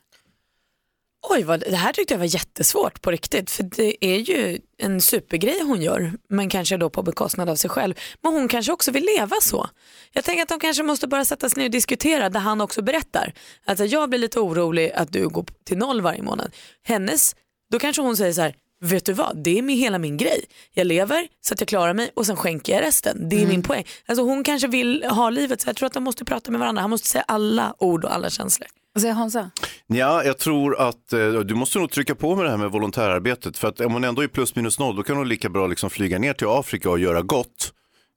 Speaker 2: Oj, vad, det här tyckte jag var jättesvårt på riktigt. För det är ju en supergrej hon gör, men kanske då på bekostnad av sig själv. Men hon kanske också vill leva så. Jag tänker att de kanske måste bara sätta sig ner och diskutera där han också berättar. Alltså jag blir lite orolig att du går till noll varje månad. Hennes, då kanske hon säger så här, vet du vad, det är min, hela min grej. Jag lever så att jag klarar mig och sen skänker jag resten. Det är min poäng. Alltså hon kanske vill ha livet så jag tror att de måste prata med varandra. Han måste säga alla ord och alla känslor.
Speaker 1: Vad säger Hansa?
Speaker 3: Ja, jag tror att eh, du måste nog trycka på med det här med volontärarbetet. För att om hon ändå är plus minus noll, då kan hon lika bra liksom flyga ner till Afrika och göra gott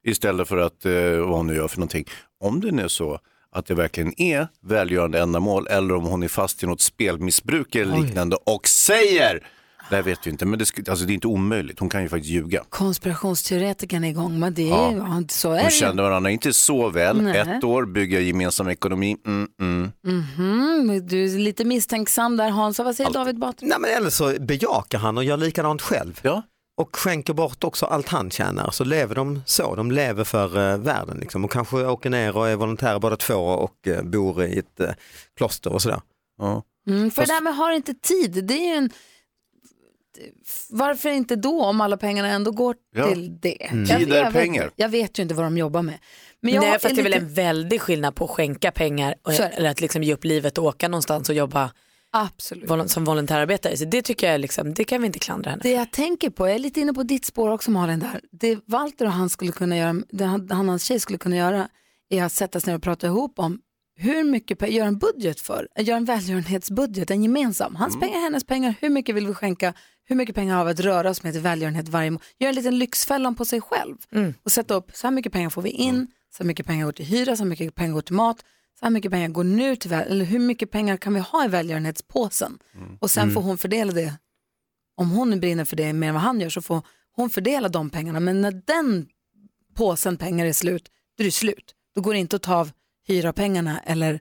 Speaker 3: istället för att, eh, vad hon nu gör för någonting. Om det nu är så att det verkligen är välgörande ändamål eller om hon är fast i något spelmissbruk eller liknande och säger Det här vet vi inte, men det, sk- alltså, det är inte omöjligt. Hon kan ju faktiskt ljuga.
Speaker 1: Konspirationsteoretikern är igång, men det är
Speaker 3: Ja.
Speaker 1: ju, ja. så är
Speaker 3: De
Speaker 1: det ju.
Speaker 3: kände varandra inte så väl.
Speaker 1: Nej.
Speaker 3: Ett år, bygga gemensam ekonomi. Mm, mm.
Speaker 1: Mhm, men du är lite misstänksam där Hans, vad säger David Batra?
Speaker 12: Nej, men eller så bejakar han och gör likadant själv. Och skänker bort också allt han tjänar. Så lever de så, de lever för eh, världen. Liksom. Och kanske åker ner och är volontärer båda två och eh, bor i ett eh, kloster och sådär.
Speaker 1: Mm, för det där med har inte tid, det är ju en... Varför inte då om alla pengarna ändå går
Speaker 2: Ja.
Speaker 1: till det?
Speaker 2: Mm.
Speaker 1: Jag-
Speaker 2: Tid är
Speaker 1: jag vet-
Speaker 2: pengar.
Speaker 1: Jag vet ju inte vad de jobbar med.
Speaker 2: Nej, för att det är väl
Speaker 1: lite-
Speaker 2: en väldig skillnad på att skänka pengar och,
Speaker 1: Så är det.
Speaker 2: eller att liksom ge upp livet och åka någonstans och jobba
Speaker 1: Absolut.
Speaker 2: vol- som volontärarbetare. Så det tycker jag liksom, det kan vi inte klandra henne
Speaker 1: Det jag tänker på, jag är lite inne på ditt spår också Malin där. Det Walter och han skulle kunna göra, det han han och hans tjej skulle kunna göra är att sätta sig ner och prata ihop om hur mycket pengar, gör en budget för, gör en välgörenhetsbudget, en gemensam.
Speaker 13: Mm.
Speaker 1: Hans pengar, hennes pengar, hur mycket vill vi skänka, hur mycket pengar har vi att röra oss med till välgörenhet varje månad. Gör en liten lyxfällan på sig själv
Speaker 13: Mm.
Speaker 1: och sätta upp, så här mycket pengar får vi in, så här mycket pengar går till hyra, så här mycket pengar går till mat, så här mycket pengar går nu till, väl- eller hur mycket pengar kan vi ha i välgörenhetspåsen? Och sen
Speaker 13: Mm.
Speaker 1: får hon fördela det om hon nu brinner för det mer än vad han gör så får hon fördela de pengarna. Men när den påsen pengar är slut, då är det slut. Då går det inte att ta av hyrapengarna eller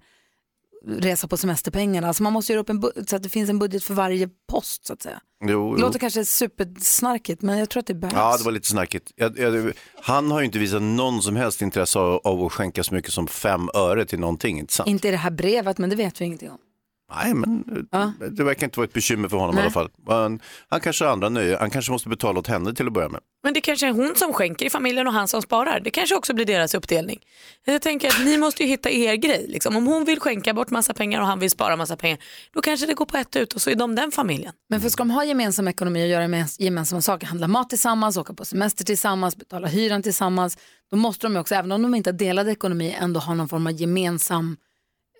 Speaker 1: resa på semesterpengarna. Alltså man måste göra upp en bu- så att det finns en budget för varje post så att säga.
Speaker 3: Jo,
Speaker 1: Det
Speaker 3: jo.
Speaker 1: låter kanske supersnarkigt men jag tror att det behövs.
Speaker 3: Ja, det var lite snackigt. Jag, jag, han har ju inte visat någon som helst intresse av, av att skänka så mycket som fem öre till någonting, inte sant?
Speaker 1: Inte i det här brevet men det vet vi ingenting om.
Speaker 3: Nej, men eh, det verkar inte vara ett bekymmer för honom
Speaker 1: Nej.
Speaker 3: i alla fall. Han, han kanske har andra nöje. Han kanske måste betala åt henne till att börja med.
Speaker 2: Men det kanske är hon som skänker i familjen och han som sparar. Det kanske också blir deras uppdelning. Jag tänker att ni måste ju hitta er grej. Liksom. Om hon vill skänka bort massa pengar och han vill spara massa pengar, då kanske det går på ett ut och så är de den familjen.
Speaker 1: Men för ska de ha gemensam ekonomi och göra gemens- gemensamma saker, handla mat tillsammans, åka på semester tillsammans, betala hyran tillsammans, då måste de ju också, även om de inte har delad ekonomi, ändå ha någon form av gemensam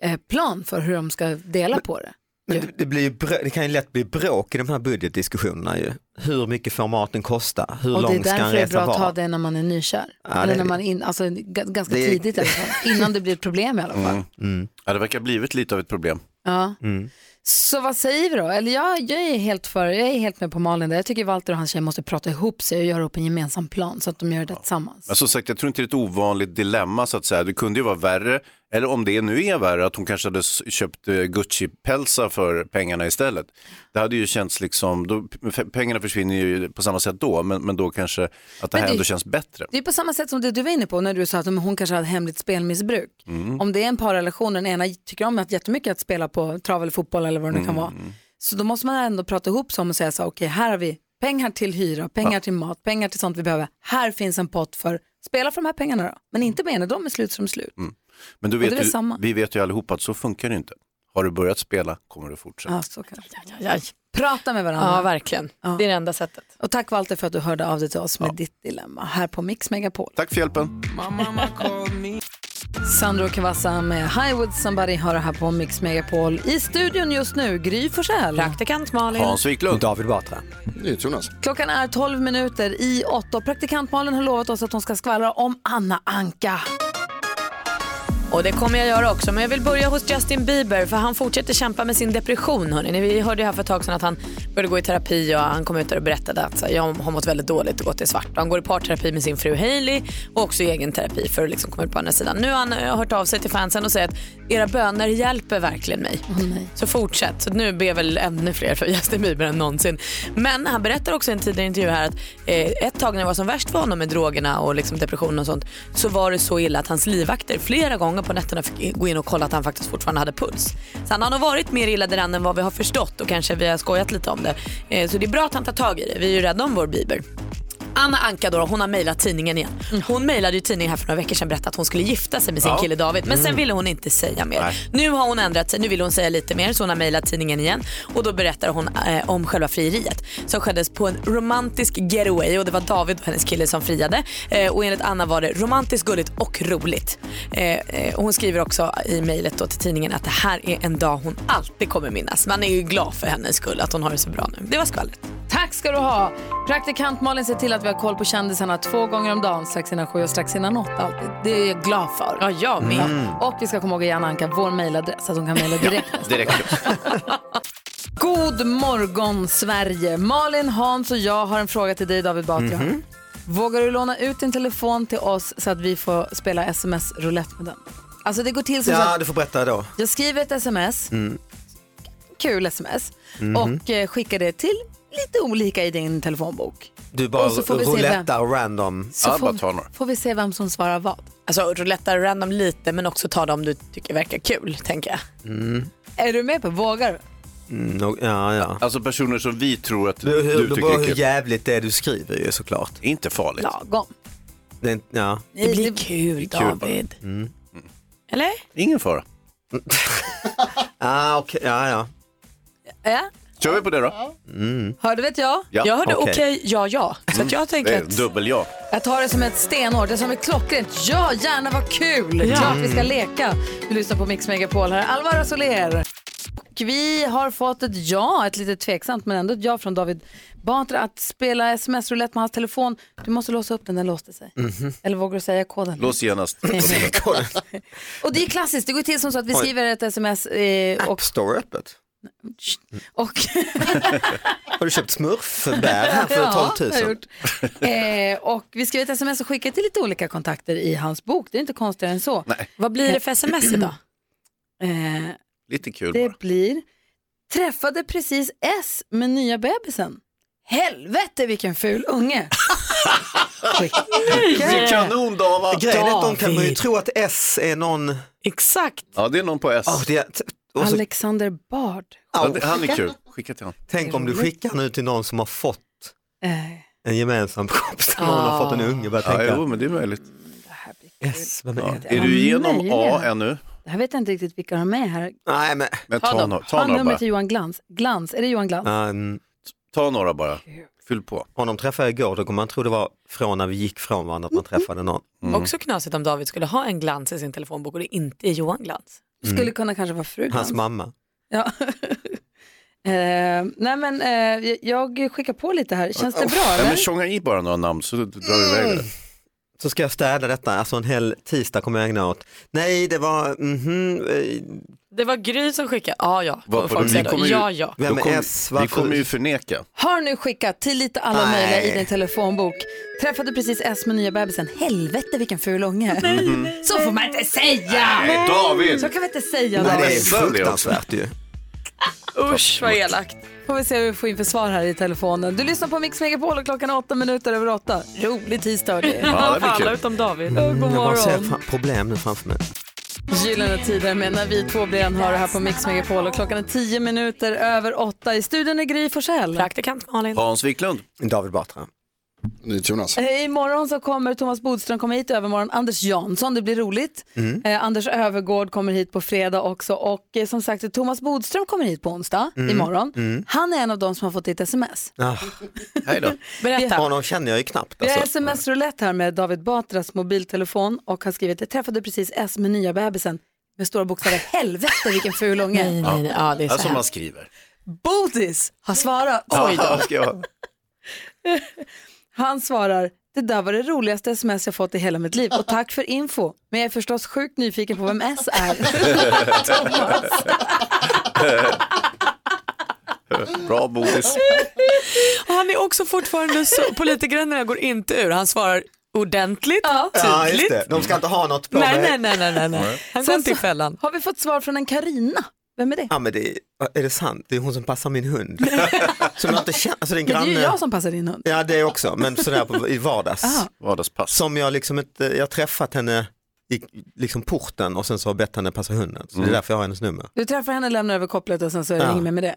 Speaker 1: eh, plan för hur de ska dela på det.
Speaker 12: Men det, det, blir ju brö- det kan ju lätt bli bråk i de här budgetdiskussionerna ju. Hur mycket får maten kosta? Hur
Speaker 1: och det är
Speaker 12: lång ska
Speaker 1: därför
Speaker 12: en
Speaker 1: det är bra
Speaker 12: resa
Speaker 1: att ta
Speaker 12: vara?
Speaker 1: det när man är nykär.
Speaker 12: Ja,
Speaker 1: Eller
Speaker 12: det-
Speaker 1: när man in, alltså, g- ganska
Speaker 12: det- Mm.
Speaker 1: tidigt i alla fall, innan det blir ett problem i alla fall.
Speaker 3: Ja, det verkar ha blivit lite av ett problem.
Speaker 1: Ja. Så vad säger vi då? Eller jag, jag, är helt för, jag är helt med på Malin där. Jag tycker Walter och hans tjej måste prata ihop sig och göra upp en gemensam plan så att de gör det tillsammans.
Speaker 3: Men Alltså, som sagt, jag tror inte det är ett ovanligt dilemma så att säga. Det kunde ju vara värre, eller om det nu är värre, att hon kanske hade s- köpt eh, Gucci-pälsar för pengarna istället. Det hade ju känts liksom, då, f- pengarna försvinner ju på samma sätt då, men, men då kanske att det
Speaker 1: Men
Speaker 3: här
Speaker 1: det-
Speaker 3: ändå känns bättre.
Speaker 1: Det är på samma sätt som det du var inne på när du sa att om hon kanske hade hemligt spelmissbruk.
Speaker 3: Mm.
Speaker 1: Om det är en parrelation, den ena tycker om att jättemycket att spela på trav eller fotboll eller vad det nu
Speaker 2: Mm.
Speaker 1: kan vara. Så då måste man ändå prata ihop sig om och säga så här, okej här har vi pengar till hyra, pengar till mat, pengar till sånt vi behöver. Här finns en pott för, spela för de här pengarna då. Men inte
Speaker 2: Mm.
Speaker 1: mer när de är slut som slut.
Speaker 3: Men du
Speaker 1: Och det är
Speaker 3: vet
Speaker 1: väl
Speaker 3: ju,
Speaker 1: samma.
Speaker 3: vi vet ju allihopa att så funkar det inte. Har du börjat spela kommer du fortsätta.
Speaker 1: Ja, så kanske. Prata med varandra.
Speaker 2: Mm. Ja, verkligen. Det är det enda sättet.
Speaker 1: Och tack Walter för att du hörde av dig till oss med ditt dilemma här på Mix Megapol.
Speaker 3: Tack för hjälpen.
Speaker 1: Sandro Cavazza med Hi With Somebody har det här på Mix Megapol. I studion just nu, Gry Forssell.
Speaker 2: Praktikant Malin.
Speaker 3: Wiklund.
Speaker 12: David Batra.
Speaker 5: Jonas.
Speaker 1: Klockan är 12 minuter i åtta och praktikant Malin har lovat oss att hon ska skvallra om Anna Anka.
Speaker 2: Och det kommer jag göra också. Men jag vill börja hos Justin Bieber för han fortsätter kämpa med sin depression. Hörrni. Ni- Vi hörde ju här för ett tag sedan att han började gå i terapi och han kom ut där och berättade att så här, jag har mått väldigt dåligt och gått i svart. Han går i parterapi med sin fru Hailey och också i egen terapi för att liksom komma ut på andra sidan. Nu har han eh, hört av sig till fansen och säger att era böner hjälper verkligen mig. Så fortsätt. Så nu ber väl ännu fler för Justin Bieber än någonsin. Men han berättar också i en tidigare intervju här att eh, ett tag när det var som värst för honom med drogerna och liksom depressionen och sånt så var det så illa att hans livvakter flera gånger på nätterna fick gå in och kolla att han faktiskt fortfarande hade puls. Så han har nog varit mer illa däran än vad vi har förstått och kanske vi har skojat lite om det. Eh, så det är bra att han tar tag i det. Vi är ju rädda om vår Bieber. Anna Anka då, hon har mejlat tidningen igen. Hon mejlade ju tidningen här för några veckor sedan och berättade att hon skulle gifta sig med sin
Speaker 13: Mm. Ja.
Speaker 2: kille David. Men sen
Speaker 13: Mm.
Speaker 2: ville hon inte säga mer. Nu har hon ändrat sig, nu vill hon säga lite mer så hon har mejlat tidningen igen. Och då berättar hon eh, om själva frieriet som skeddes på en romantisk getaway och det var David och hennes kille som friade. Eh, och enligt Anna var det romantiskt, gulligt och roligt. Eh, eh, och hon skriver också i mejlet då till tidningen att det här är en dag hon alltid kommer minnas. Man är ju glad för hennes skull att hon har det så bra nu. Det var skvallret.
Speaker 1: Tack ska du ha! Praktikant Malin ser till att vi har koll på kändisarna två gånger om dagen, strax innan sju och strax innan åtta alltid. Det är jag glad för. Mm.
Speaker 2: Ja, jag
Speaker 3: med.
Speaker 1: Och vi ska komma ihåg att ge Anna Anka vår mejladress så att hon kan mejla direkt.
Speaker 3: Det räcker.
Speaker 1: God morgon Sverige! Malin, Hans och jag har en fråga till dig David Batra.
Speaker 13: Mhm.
Speaker 1: Vågar du låna ut din telefon till oss så att vi får spela sms-roulette med den? Alltså det går till så
Speaker 12: Ja,
Speaker 1: att
Speaker 12: du får berätta då.
Speaker 1: jag skriver ett sms,
Speaker 12: Mm.
Speaker 1: kul sms,
Speaker 12: Mhm.
Speaker 1: och eh, skickar det till lite olika i din telefonbok.
Speaker 12: Du bara
Speaker 1: Och så får vi se vem-
Speaker 12: roulettar random.
Speaker 1: Så får, får vi se vem som svarar vad.
Speaker 2: Alltså rouletta random lite men också ta dem du tycker verkar kul tänker jag.
Speaker 12: Mm.
Speaker 1: Är du med på vågar du?
Speaker 12: Mm, no, ja, ja.
Speaker 3: Alltså personer som vi tror att
Speaker 12: du,
Speaker 3: du
Speaker 12: tycker
Speaker 3: tycker
Speaker 12: bara
Speaker 3: är
Speaker 12: hur
Speaker 3: kul.
Speaker 12: jävligt det är du skriver ju såklart.
Speaker 3: Inte farligt.
Speaker 1: Lagom.
Speaker 12: Det, är inte- ja.
Speaker 2: Det blir kul
Speaker 12: Det är kul bara.
Speaker 2: David.
Speaker 12: Mm.
Speaker 2: Eller?
Speaker 3: Ingen fara.
Speaker 12: ah, okej, ja, ja.
Speaker 1: Ja.
Speaker 3: Kör vi på det då?
Speaker 12: Mm.
Speaker 1: Hörde vet jag?
Speaker 3: Ja.
Speaker 2: Jag hörde okej,
Speaker 3: Okej.
Speaker 2: ja, ja. Så att jag
Speaker 3: Det
Speaker 2: tänker
Speaker 3: är
Speaker 2: att...
Speaker 3: dubbel ja.
Speaker 1: Jag tar det som ett stenhårt, det är som ett klockrent. Ja, gärna, vad kul!
Speaker 2: Ja.
Speaker 1: Klart vi ska leka. Vi lyssnar på Mix Megapol här. Alvaro Soler. Och vi har fått ett ja, ett lite tveksamt men ändå ett ja från David Batra att spela sms-roulette med hans telefon. Du måste låsa upp den, den låste sig. Eller vågar du säga koden?
Speaker 3: Lås genast.
Speaker 1: Och det är klassiskt, det går till som så att vi
Speaker 12: Oj.
Speaker 1: skriver ett sms eh, och,
Speaker 12: Står öppet.
Speaker 1: och
Speaker 12: Har du köpt smurfbär här för
Speaker 1: (laughs) Ja,
Speaker 12: 12 000?
Speaker 1: jag har gjort. Eh, och vi skrev ett sms och skickade till lite olika kontakter i hans bok. Det är inte konstigare än så.
Speaker 2: Vad blir det för sms idag?
Speaker 1: Eh,
Speaker 3: Lite kul bara.
Speaker 1: det blir träffade precis S med nya bebisen. Helvete vilken ful unge.
Speaker 12: Vilken
Speaker 3: kanondava!
Speaker 12: Grejen är att de kan man ju
Speaker 1: David.
Speaker 12: tro att S är någon...
Speaker 2: Exakt.
Speaker 3: Ja, det är någon på S.
Speaker 12: Oh, det är... t- och så...
Speaker 1: Alexander Bard.
Speaker 3: Ja, det- han är kul. Skicka till honom.
Speaker 12: Tänk om du
Speaker 1: Roligt.
Speaker 12: skickar nu till någon som har fått
Speaker 1: Eh,
Speaker 12: en gemensam kompis, någon har fått en unge. Bara
Speaker 3: Ja,
Speaker 12: tänka,
Speaker 3: jo, men det är möjligt.
Speaker 12: S, vem är
Speaker 3: Ja.
Speaker 12: det?
Speaker 3: Är du igenom A
Speaker 1: möjliga.
Speaker 3: ännu?
Speaker 1: det här vet jag inte riktigt vilka de är med här.
Speaker 12: Nej, men...
Speaker 3: Men ta,
Speaker 1: dem.
Speaker 3: no-
Speaker 1: Ta
Speaker 3: ta några
Speaker 1: numret
Speaker 3: bara.
Speaker 1: till Johan Glans. Glans, är det Johan Glans?
Speaker 12: Um,
Speaker 3: Ta några bara. Fyll på.
Speaker 12: honom träffade jag igår, då kommer man tro det var från när vi gick från varandra att man träffade någon.
Speaker 2: Också knasigt om David skulle ha en glans i sin telefonbok och det inte är Johan Glans.
Speaker 12: Mm.
Speaker 1: Skulle kunna kanske vara fru
Speaker 12: Hans
Speaker 1: Glans.
Speaker 12: mamma.
Speaker 1: Ja. (laughs) eh, nej men eh, jag skickar på lite här. Känns det bra
Speaker 3: Nej, men
Speaker 1: eller?
Speaker 3: tjonga i bara några namn så drar vi iväg det.
Speaker 12: Så ska jag städa detta, alltså en hel tisdag kommer jag ägna åt. Nej, det var, mhm, eh,
Speaker 2: Det var Gry som skickade, ja ja.
Speaker 3: Vad på-
Speaker 2: Folk
Speaker 3: vi
Speaker 2: säger då,
Speaker 3: kommer ju-
Speaker 2: ja ja.
Speaker 12: Vem
Speaker 3: Då
Speaker 12: är
Speaker 3: kommer-
Speaker 12: S?
Speaker 3: Vi
Speaker 12: Varför-
Speaker 3: kommer ju förneka.
Speaker 1: Har nu skickat till lite alla
Speaker 12: Nej.
Speaker 1: möjliga i din telefonbok. Träffade precis S med nya bebisen. Helvete vilken ful unge.
Speaker 12: Mhm.
Speaker 1: Så får man inte säga!
Speaker 3: Nej, David.
Speaker 1: Så kan vi inte säga
Speaker 12: nej, det
Speaker 1: David.
Speaker 12: är fruktansvärt ju.
Speaker 2: Usch vad elakt.
Speaker 1: Får vi se vad vi får in för svar här i telefonen. Du lyssnar på Mix Megapol och klockan är åtta minuter över åtta. Rolig tisdag hörni.
Speaker 12: Ja, Mm, det blir kul.
Speaker 2: Alla utom David.
Speaker 1: God
Speaker 12: Jag bara ser
Speaker 1: morgon.
Speaker 12: fan, problem nu framför mig.
Speaker 1: Gyllene tider med när vi två blir en hörare här på Mix Megapol och klockan är tio minuter över åtta. I studion är Gry Forssell.
Speaker 2: Praktikant Malin.
Speaker 3: Hans Wiklund.
Speaker 12: David Batra.
Speaker 1: (laughs)
Speaker 5: NyhetsJonas.
Speaker 1: Eh, Imorgon så kommer Thomas Bodström komma hit, i övermorgon Anders Jansson, det blir roligt.
Speaker 12: Mm.
Speaker 1: Eh, Anders Övergård kommer hit på fredag också och eh, som sagt Thomas Bodström kommer hit på onsdag
Speaker 12: Mm.
Speaker 1: imorgon.
Speaker 12: Mm.
Speaker 1: Han är en av dem som har fått ditt sms.
Speaker 12: Ah,
Speaker 3: Hej då.
Speaker 2: Berätta.
Speaker 12: honom känner jag ju knappt.
Speaker 1: Vi har
Speaker 12: Alltså.
Speaker 1: sms-roulette här med David Batras mobiltelefon och han skriver jag träffade precis S med nya bebisen med
Speaker 12: (laughs)
Speaker 1: stora bokstäver. Helvete vilken ful unge.
Speaker 2: Nej, nej, ja, det är så
Speaker 3: Alltså
Speaker 2: här.
Speaker 3: man skriver.
Speaker 1: Bodis har svarat.
Speaker 3: Ja, ska jag-
Speaker 1: Han svarar, det där var det roligaste sms jag fått i hela mitt liv och tack för info. Men jag är förstås sjukt nyfiken på vem S är. Thomas.
Speaker 3: Bra bodis.
Speaker 2: Och han är också fortfarande (laughs) så, politikerna går inte ur. Han svarar ordentligt,
Speaker 12: Ja, just
Speaker 2: tydligt.
Speaker 12: det. De ska inte ha något på
Speaker 2: nej,
Speaker 12: mig.
Speaker 2: nej, nej, nej, nej, nej. Han går
Speaker 1: Sen
Speaker 2: inte i
Speaker 1: så-
Speaker 2: fällan.
Speaker 1: Har vi fått svar från en Karina? Vem är det?
Speaker 12: Ja, men det, är det sant? Det är hon som passar min
Speaker 1: (laughs)
Speaker 12: hund. som jag inte känner, alltså det är en
Speaker 1: Ja, det är
Speaker 12: granne.
Speaker 1: ju jag som passar din hund.
Speaker 12: Ja, det också, men sådär på, i vardags.
Speaker 1: Aha.
Speaker 3: Vardagspass.
Speaker 12: Som jag liksom inte, jag har träffat henne i liksom porten och sen så har jag bett henne passa hunden. Så det är därför jag har hennes nummer.
Speaker 1: Du träffar henne, lämnar över kopplet och sen så är det
Speaker 12: Ja.
Speaker 1: inget mer med det.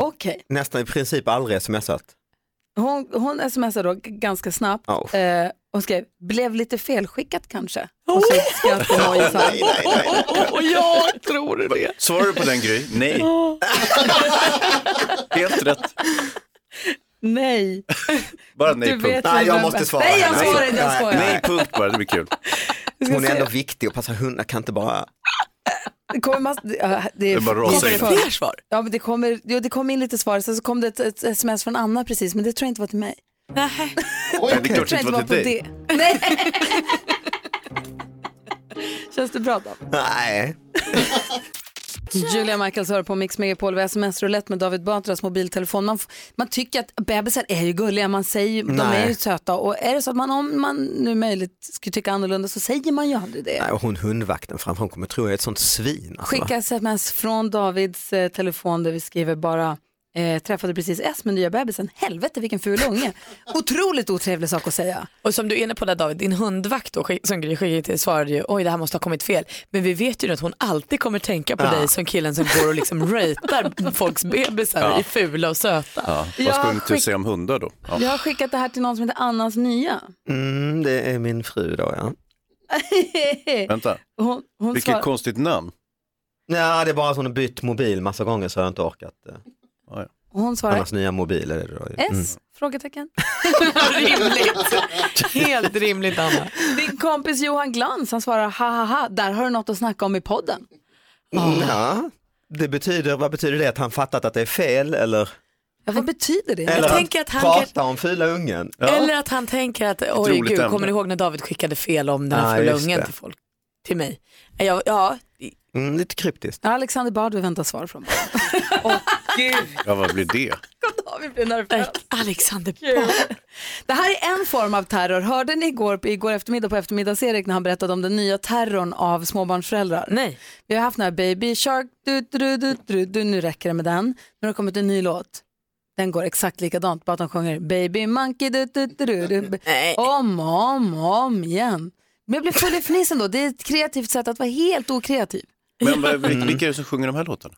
Speaker 1: Okej,
Speaker 12: Nästan i princip aldrig smsat.
Speaker 1: (laughs) hon, hon smsar då g- ganska snabbt
Speaker 12: Oh.
Speaker 1: eh, och skrev, blev lite felskickat kanske? Och så ett skratt-emoji så här.
Speaker 2: Och jag tror det.
Speaker 3: Svarar du på den Gry? Nej. Helt rätt.
Speaker 1: Nej,
Speaker 3: Bara
Speaker 1: du
Speaker 3: nej
Speaker 1: vet
Speaker 3: punkt.
Speaker 12: Nej,
Speaker 1: vem
Speaker 12: jag
Speaker 1: det
Speaker 12: måste
Speaker 1: är.
Speaker 12: svara.
Speaker 1: Nej, jag
Speaker 12: Nej.
Speaker 1: svarar inte, jag
Speaker 12: Nej.
Speaker 1: skojar.
Speaker 3: Nej punkt bara, det blir kul.
Speaker 1: Vi ska
Speaker 12: Hon är
Speaker 1: se.
Speaker 12: ändå viktig och passar hundar, kan inte bara...
Speaker 1: Det kommer mass- det- ja, det är
Speaker 3: Det bara rasar in.
Speaker 1: för-
Speaker 2: Fler svar.
Speaker 1: Ja, men det, kommer, jo, det kom in lite svar, sen så kom det ett, ett sms från Anna precis, men det tror jag inte var till mig.
Speaker 2: Nej.
Speaker 3: Nej, det är
Speaker 1: Jag
Speaker 3: klart
Speaker 1: tror
Speaker 3: det
Speaker 1: inte
Speaker 3: inte var till dig.
Speaker 1: på det. Nej. Känns det bra då?
Speaker 12: Nej.
Speaker 1: Julia Michaels hör på Mix Megapol. Vi har sms-roulette med David Batras mobiltelefon. Man, f- man tycker att bebisar är ju gulliga, man säger, ju- de
Speaker 12: Nej.
Speaker 1: är ju söta. Och är det så att man, om man nu möjligt skulle tycka annorlunda så säger man ju aldrig det.
Speaker 12: Nej, och hon hundvakten framför, hon kommer tro att jag är ett sånt svin. Alltså.
Speaker 1: Skicka sms från Davids eh, telefon där vi skriver bara eh, träffade precis S med nya bebisen. Helvete vilken ful unge. Otroligt otrevlig sak att säga.
Speaker 2: Och som du är inne på där David, din hundvakt då, skick- som Gry skickade till svarade ju oj det här måste ha kommit fel. Men vi vet ju att hon alltid kommer tänka på
Speaker 1: Ja.
Speaker 2: dig som killen som går och liksom ratear folks bebisar
Speaker 3: Ja.
Speaker 2: i fula och söta.
Speaker 3: Ja.
Speaker 1: Jag
Speaker 3: Vad ska hon
Speaker 1: skick-
Speaker 3: inte säga om hundar då? Ja.
Speaker 1: Jag har skickat det här till någon som heter Annas nya.
Speaker 12: Mm, det är min fru då ja.
Speaker 3: Vänta,
Speaker 1: hon, hon
Speaker 3: vilket
Speaker 1: svarar-
Speaker 3: konstigt namn.
Speaker 12: Nej, det är bara att hon har bytt mobil massa gånger så har jag inte orkat. eh,
Speaker 1: Hon svarar
Speaker 12: Annars nya mobil är det då. ju. Mm.
Speaker 1: S? Frågetecken. (laughs)
Speaker 2: rimligt. Helt rimligt Anna.
Speaker 1: Din kompis Johan Glans han svarar ha ha ha, där har du något att snacka om i podden.
Speaker 12: Ja, det betyder, vad betyder det? Att han fattat att det är fel eller?
Speaker 1: Ja, vad betyder det?
Speaker 12: eller
Speaker 2: tänker att han
Speaker 12: pratar om fula ungen.
Speaker 2: Eller att han tänker att oj
Speaker 12: roligt
Speaker 2: gud,
Speaker 12: ämne.
Speaker 2: kommer ni ihåg när David skickade fel om den här
Speaker 12: Ja,
Speaker 2: fula
Speaker 12: just
Speaker 2: ungen
Speaker 12: det.
Speaker 2: till folk? Till mig. Ja, ja.
Speaker 12: Mm, lite
Speaker 1: (laughs)
Speaker 12: kryptiskt.
Speaker 1: Alexander Bard vi väntar svar från honom.
Speaker 3: Ja, vad blir det?
Speaker 1: Vi blir nervösa.
Speaker 2: Alexander
Speaker 1: Det här är en form av terror. Hörde ni igår, igår eftermiddag på eftermiddags-Erik när han berättade om den nya terrorn av småbarnsföräldrar?
Speaker 2: Nej.
Speaker 1: Vi har haft den här Baby Shark, du, du, du, du, du, nu räcker det med den. Nu har det kommit en ny låt. Den går exakt likadant, bara att de sjunger Baby Monkey, du, du, du, du, du. om och om och om igen. Men jag blev full i fniss ändå. Det är ett kreativt sätt att vara helt okreativ.
Speaker 3: Men vad- vil- vilka är det som sjunger de här låtarna?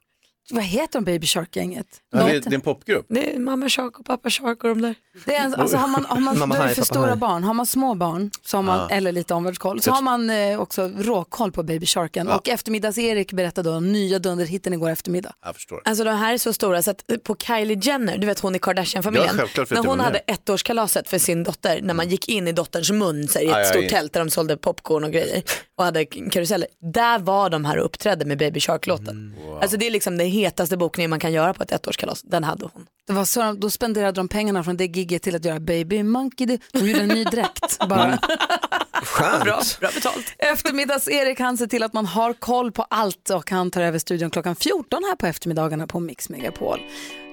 Speaker 1: Vad heter de Baby Shark-gänget?
Speaker 3: Ja, det, är- det är en popgrupp.
Speaker 2: Det är mamma Shark och pappa Shark och de där.
Speaker 1: Det är en, alltså har man, har man
Speaker 3: Mamma
Speaker 1: då är det
Speaker 3: Haj,
Speaker 1: för
Speaker 3: Pappa
Speaker 1: stora
Speaker 3: Haj.
Speaker 1: barn, har man små barn så har man,
Speaker 3: Ah.
Speaker 1: eller lite omvärldskoll, så
Speaker 3: Jag
Speaker 1: har man eh, också råkoll på Baby Sharken. Och eftermiddags-Erik berättade om nya dunderhitten igår eftermiddag.
Speaker 3: Jag förstår.
Speaker 2: Alltså de här är så stora så att på Kylie Jenner, du vet hon i
Speaker 1: Ja,
Speaker 2: Kardashian-familjen,
Speaker 1: självklart vet
Speaker 2: när
Speaker 1: jag
Speaker 2: hon
Speaker 1: vem
Speaker 2: hade
Speaker 1: det
Speaker 2: ettårskalaset för sin dotter, när man gick in i dotterns mun så här, i ett
Speaker 1: Aj, aj,
Speaker 2: stort
Speaker 1: aj.
Speaker 2: tält där de sålde popcorn och grejer och hade k- karuseller, där var de här och uppträdde med Baby Shark-låten. Alltså det är liksom den hetaste bokningen man kan göra på ett ettårskalas, den hade hon.
Speaker 1: Det var så de, då spenderade de pengarna från det gigget till att göra Baby Monkey, du. de gjorde en ny dräkt bara.
Speaker 12: Skönt.
Speaker 2: Bra, bra betalt.
Speaker 1: Eftermiddags-Erik han ser till att man har koll på allt och han tar över studion klockan 14 här på eftermiddagarna på Mix Megapol.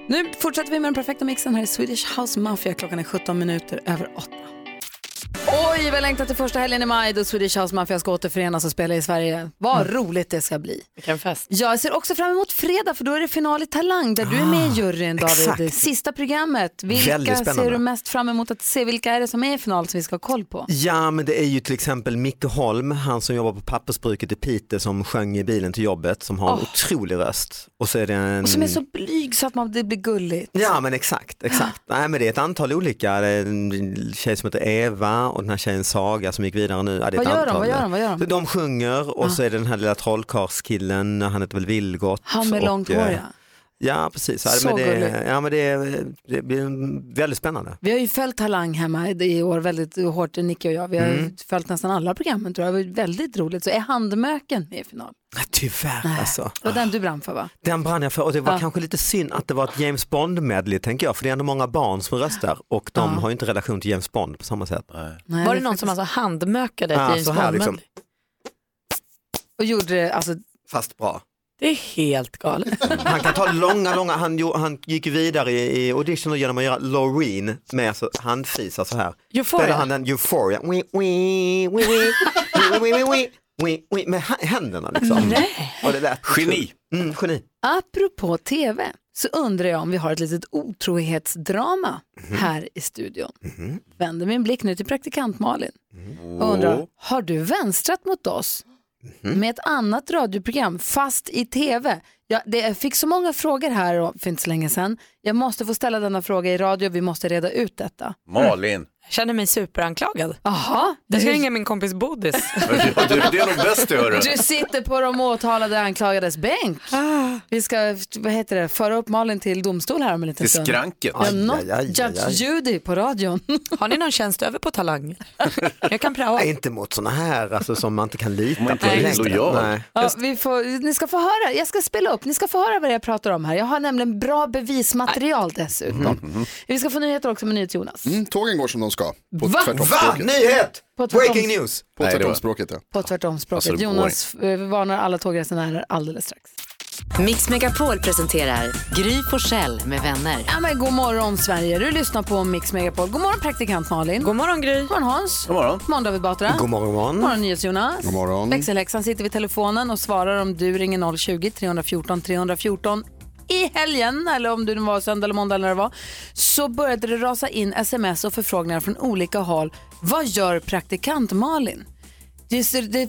Speaker 1: Nu fortsätter vi med den perfekta mixen här i Swedish House Mafia. Klockan är 17 minuter över 8. Oj, vi har längtat till första helgen i maj då Swedish House Mafia ska återförenas och spela i Sverige. Vad roligt det ska bli.
Speaker 2: (laughs) Vilken fest.
Speaker 1: Jag ser också fram emot fredag för då är det final i Talang där du är med i juryn David.
Speaker 12: Ah, exakt.
Speaker 1: Sista programmet. Vilka
Speaker 12: Väldigt spännande.
Speaker 1: ser du mest fram emot att se? Vilka är det som är i final som vi ska ha koll på?
Speaker 12: Ja men det är ju till exempel Micke Holm, han som jobbar på pappersbruket i Piteå som sjöng i bilen till jobbet som har en
Speaker 1: Åh.
Speaker 12: otrolig röst. Och så är det en...
Speaker 1: Och som är så blyg så att man, det blir gulligt.
Speaker 12: Ja men exakt, exakt. Nej men det är ett antal olika, det är en tjej som heter Eva och den här tjejen Saga som gick vidare nu. Ja, det är
Speaker 1: Vad
Speaker 12: ett
Speaker 1: gör de?
Speaker 12: antal.
Speaker 1: Vad gör de? Vad gör de?
Speaker 12: Så De sjunger och så är det den här lilla trollkarlskillen, han heter väl Vilgot.
Speaker 1: Han med
Speaker 12: och,
Speaker 1: långt hår,
Speaker 12: eh,
Speaker 1: ja.
Speaker 12: Ja precis, ja,
Speaker 1: Så
Speaker 12: men det,
Speaker 1: gulligt.
Speaker 12: ja, men det, det blir väldigt spännande.
Speaker 1: Vi har ju följt Talang hemma i år väldigt hårt, Nicky och jag. Vi har ju
Speaker 12: Mm.
Speaker 1: följt nästan alla programmen tror jag. Det var ju väldigt roligt. Så är Handmöken med i final?
Speaker 12: Tyvärr alltså.
Speaker 1: Det var den du brann för va?
Speaker 12: Den brann jag för och det var
Speaker 1: Ja.
Speaker 12: kanske lite synd att det var ett James Bond-medley tänker jag, för det är ändå många barn som röstar och de har ju inte relation till James Bond på samma sätt.
Speaker 2: var det, någon som alltså handmökade ett
Speaker 12: Ah,
Speaker 2: James
Speaker 12: så här
Speaker 2: Bond?
Speaker 12: liksom.
Speaker 1: Och gjorde, alltså,
Speaker 12: Fast bra.
Speaker 2: Det är helt galet.
Speaker 12: Han kan ta långa, långa, han, jo, han gick ju vidare i, i auditioner genom att göra Loreen med alltså handfisar så här.
Speaker 2: Euphoria.
Speaker 12: Spelar han den Euphoria, wee, wee, wee, wee, wee, wee, wee, wee, wee, wee, med hä- händerna liksom. Och det lät geni. Mm, geni.
Speaker 1: Apropå tv så undrar jag om vi har ett litet otrohetsdrama här i studion. Vänder min blick nu till praktikant Malin och undrar, har du vänstrat mot oss? Med ett annat radioprogram, fast i tv. Jag, det, jag fick så många frågor här och- för inte så länge sedan. Jag måste få ställa denna fråga i radio, vi måste reda ut detta.
Speaker 3: Malin.
Speaker 2: Jag känner mig superanklagad.
Speaker 1: Aha,
Speaker 2: Jag ska ringa min kompis Bodis.
Speaker 3: Ja, du, det är nog bäst du hörru.
Speaker 1: Du sitter på de åtalade anklagades bänk. Vi ska vad heter det, föra upp Malin till domstol här om en liten
Speaker 3: Till
Speaker 1: stund.
Speaker 3: skranket.
Speaker 1: Ja,
Speaker 3: Aj,
Speaker 1: not
Speaker 3: aj, aj,
Speaker 1: Judge
Speaker 3: aj.
Speaker 1: Judy på radion.
Speaker 2: (laughs)
Speaker 1: (laughs)
Speaker 2: Har ni någon tjänst över på Talang? Jag kan prata.
Speaker 12: Nej, inte mot sådana här alltså, som man inte kan lita
Speaker 3: man
Speaker 12: på.
Speaker 3: inte är lojal.
Speaker 12: Nej.
Speaker 1: Ja, vi får, ni ska få höra, jag ska spela upp, ni ska få höra vad jag pratar om här. Jag har nämligen bra bevismaterial dessutom. Vi ska få nyheter också med NyhetsJonas.
Speaker 5: Mm, tågen går som de ska. På
Speaker 1: Va?
Speaker 5: tvärtomspråket.
Speaker 1: Va? Nyhet! På tvärtoms- Breaking news!
Speaker 5: På
Speaker 1: Nej, det var-
Speaker 5: tvärtomspråket ja.
Speaker 1: På tvärtomspråket.
Speaker 5: Alltså, det går
Speaker 1: Jonas eh, varnar alla tågresenärer alldeles strax.
Speaker 13: Mix Megapol presenterar Gry Forssell med vänner.
Speaker 1: Ja, men god morgon Sverige, du lyssnar på Mix Megapol. God morgon praktikant Malin. God
Speaker 2: morgon Gry. God
Speaker 1: morgon Hans.
Speaker 12: God morgon.
Speaker 1: God morgon David Batra.
Speaker 12: God morgon, god morgon.
Speaker 1: God morgon Jonas.
Speaker 12: God morgon.
Speaker 1: Växelhäxan sitter vid telefonen och svarar om du ringer 020-314 314 i helgen, eller om det nu var söndag eller måndag eller när det var, så började det rasa in sms och förfrågningar från olika håll. Vad gör praktikant Malin? Det, ser- det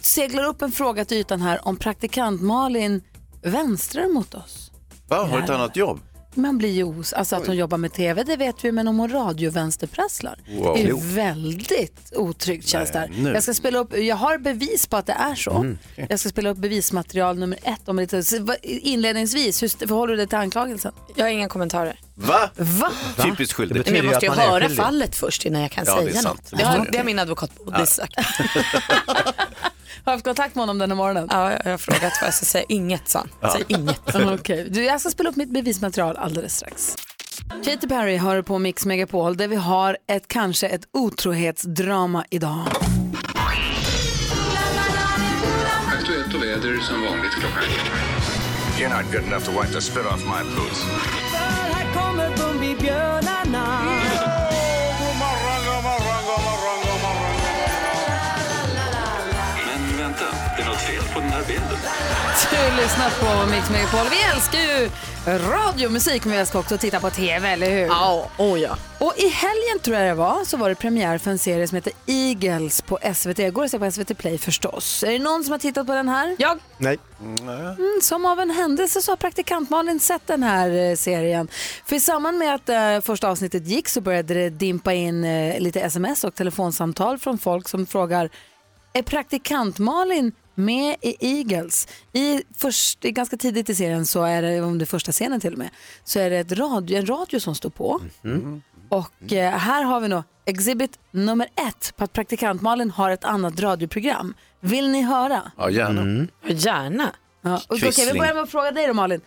Speaker 1: seglar upp en fråga till ytan här om praktikant Malin vänstrar mot oss.
Speaker 3: Va, har du ett annat jobb?
Speaker 1: Man blir ju os- alltså att hon jobbar med tv, det vet vi, men om hon radiovänsterprasslar.
Speaker 3: Wow.
Speaker 1: Det är
Speaker 3: Jo.
Speaker 1: ju väldigt otryggt känns det
Speaker 3: Nej,
Speaker 1: här.
Speaker 3: nu.
Speaker 1: Jag ska spela upp, jag har bevis på att det är så.
Speaker 3: Mm.
Speaker 1: Jag ska spela upp bevismaterial nummer ett om lite. så vad- Inledningsvis, hur st- förhåller du dig till anklagelsen?
Speaker 2: Jag har inga kommentarer.
Speaker 3: Va?
Speaker 1: Va?
Speaker 3: Typiskt skyldig.
Speaker 2: Men jag måste ju höra fallet först innan jag kan
Speaker 3: Ja, det är
Speaker 2: säga
Speaker 3: sant.
Speaker 2: något.
Speaker 3: Det
Speaker 2: Det har,
Speaker 3: måste du.
Speaker 2: det har min advokat Bodil
Speaker 3: Ja.
Speaker 2: sagt.
Speaker 1: Har du haft kontakt med honom den här morgonen?
Speaker 2: Ja, jag har frågat vad jag ska säga. Inget sa han.
Speaker 1: Ja.
Speaker 2: Säg
Speaker 3: (laughs)
Speaker 2: inget.
Speaker 1: (laughs) Okej, du, jag ska spela upp mitt bevismaterial alldeles strax. Katy Perry hör på Mix Megapol där vi har ett kanske ett otrohetsdrama idag.
Speaker 14: Aktuellt och väder som vanligt klockan You're not good enough to wipe the spit off my boots.
Speaker 4: Här kommer Bumbibjörnarna. God morgon, god morgon, god morgon, god morgon.
Speaker 14: Men vänta, det är något fel på den här bilden.
Speaker 1: Du lyssnar på Mix Megapol. Vi älskar ju radiomusik men vi älskar också att titta på tv, eller hur?
Speaker 2: Ja, oh ja.
Speaker 1: Och i helgen tror jag det var så var det premiär för en serie som heter Eagles på SVT. Jag går att se på SVT Play förstås. Är det någon som har tittat på den här?
Speaker 2: Jag.
Speaker 12: Nej.
Speaker 1: Mm, som av en händelse så har praktikant Malin sett den här eh, serien. För i samband med att eh, första avsnittet gick så började det dimpa in eh, lite sms och telefonsamtal från folk som frågar är praktikant Malin med i Eagles? I först, i ganska tidigt i serien, så är det, om det är första scenen till och med, så är det ett radio, en radio som står på. Och eh, här har vi nog exhibit nummer ett på att praktikant Malin har ett annat radioprogram. Vill ni höra?
Speaker 3: Ja, gärna.
Speaker 2: Gärna.
Speaker 1: Ja, och då kan vi
Speaker 2: Quisling.
Speaker 1: börja med att fråga dig då Malin.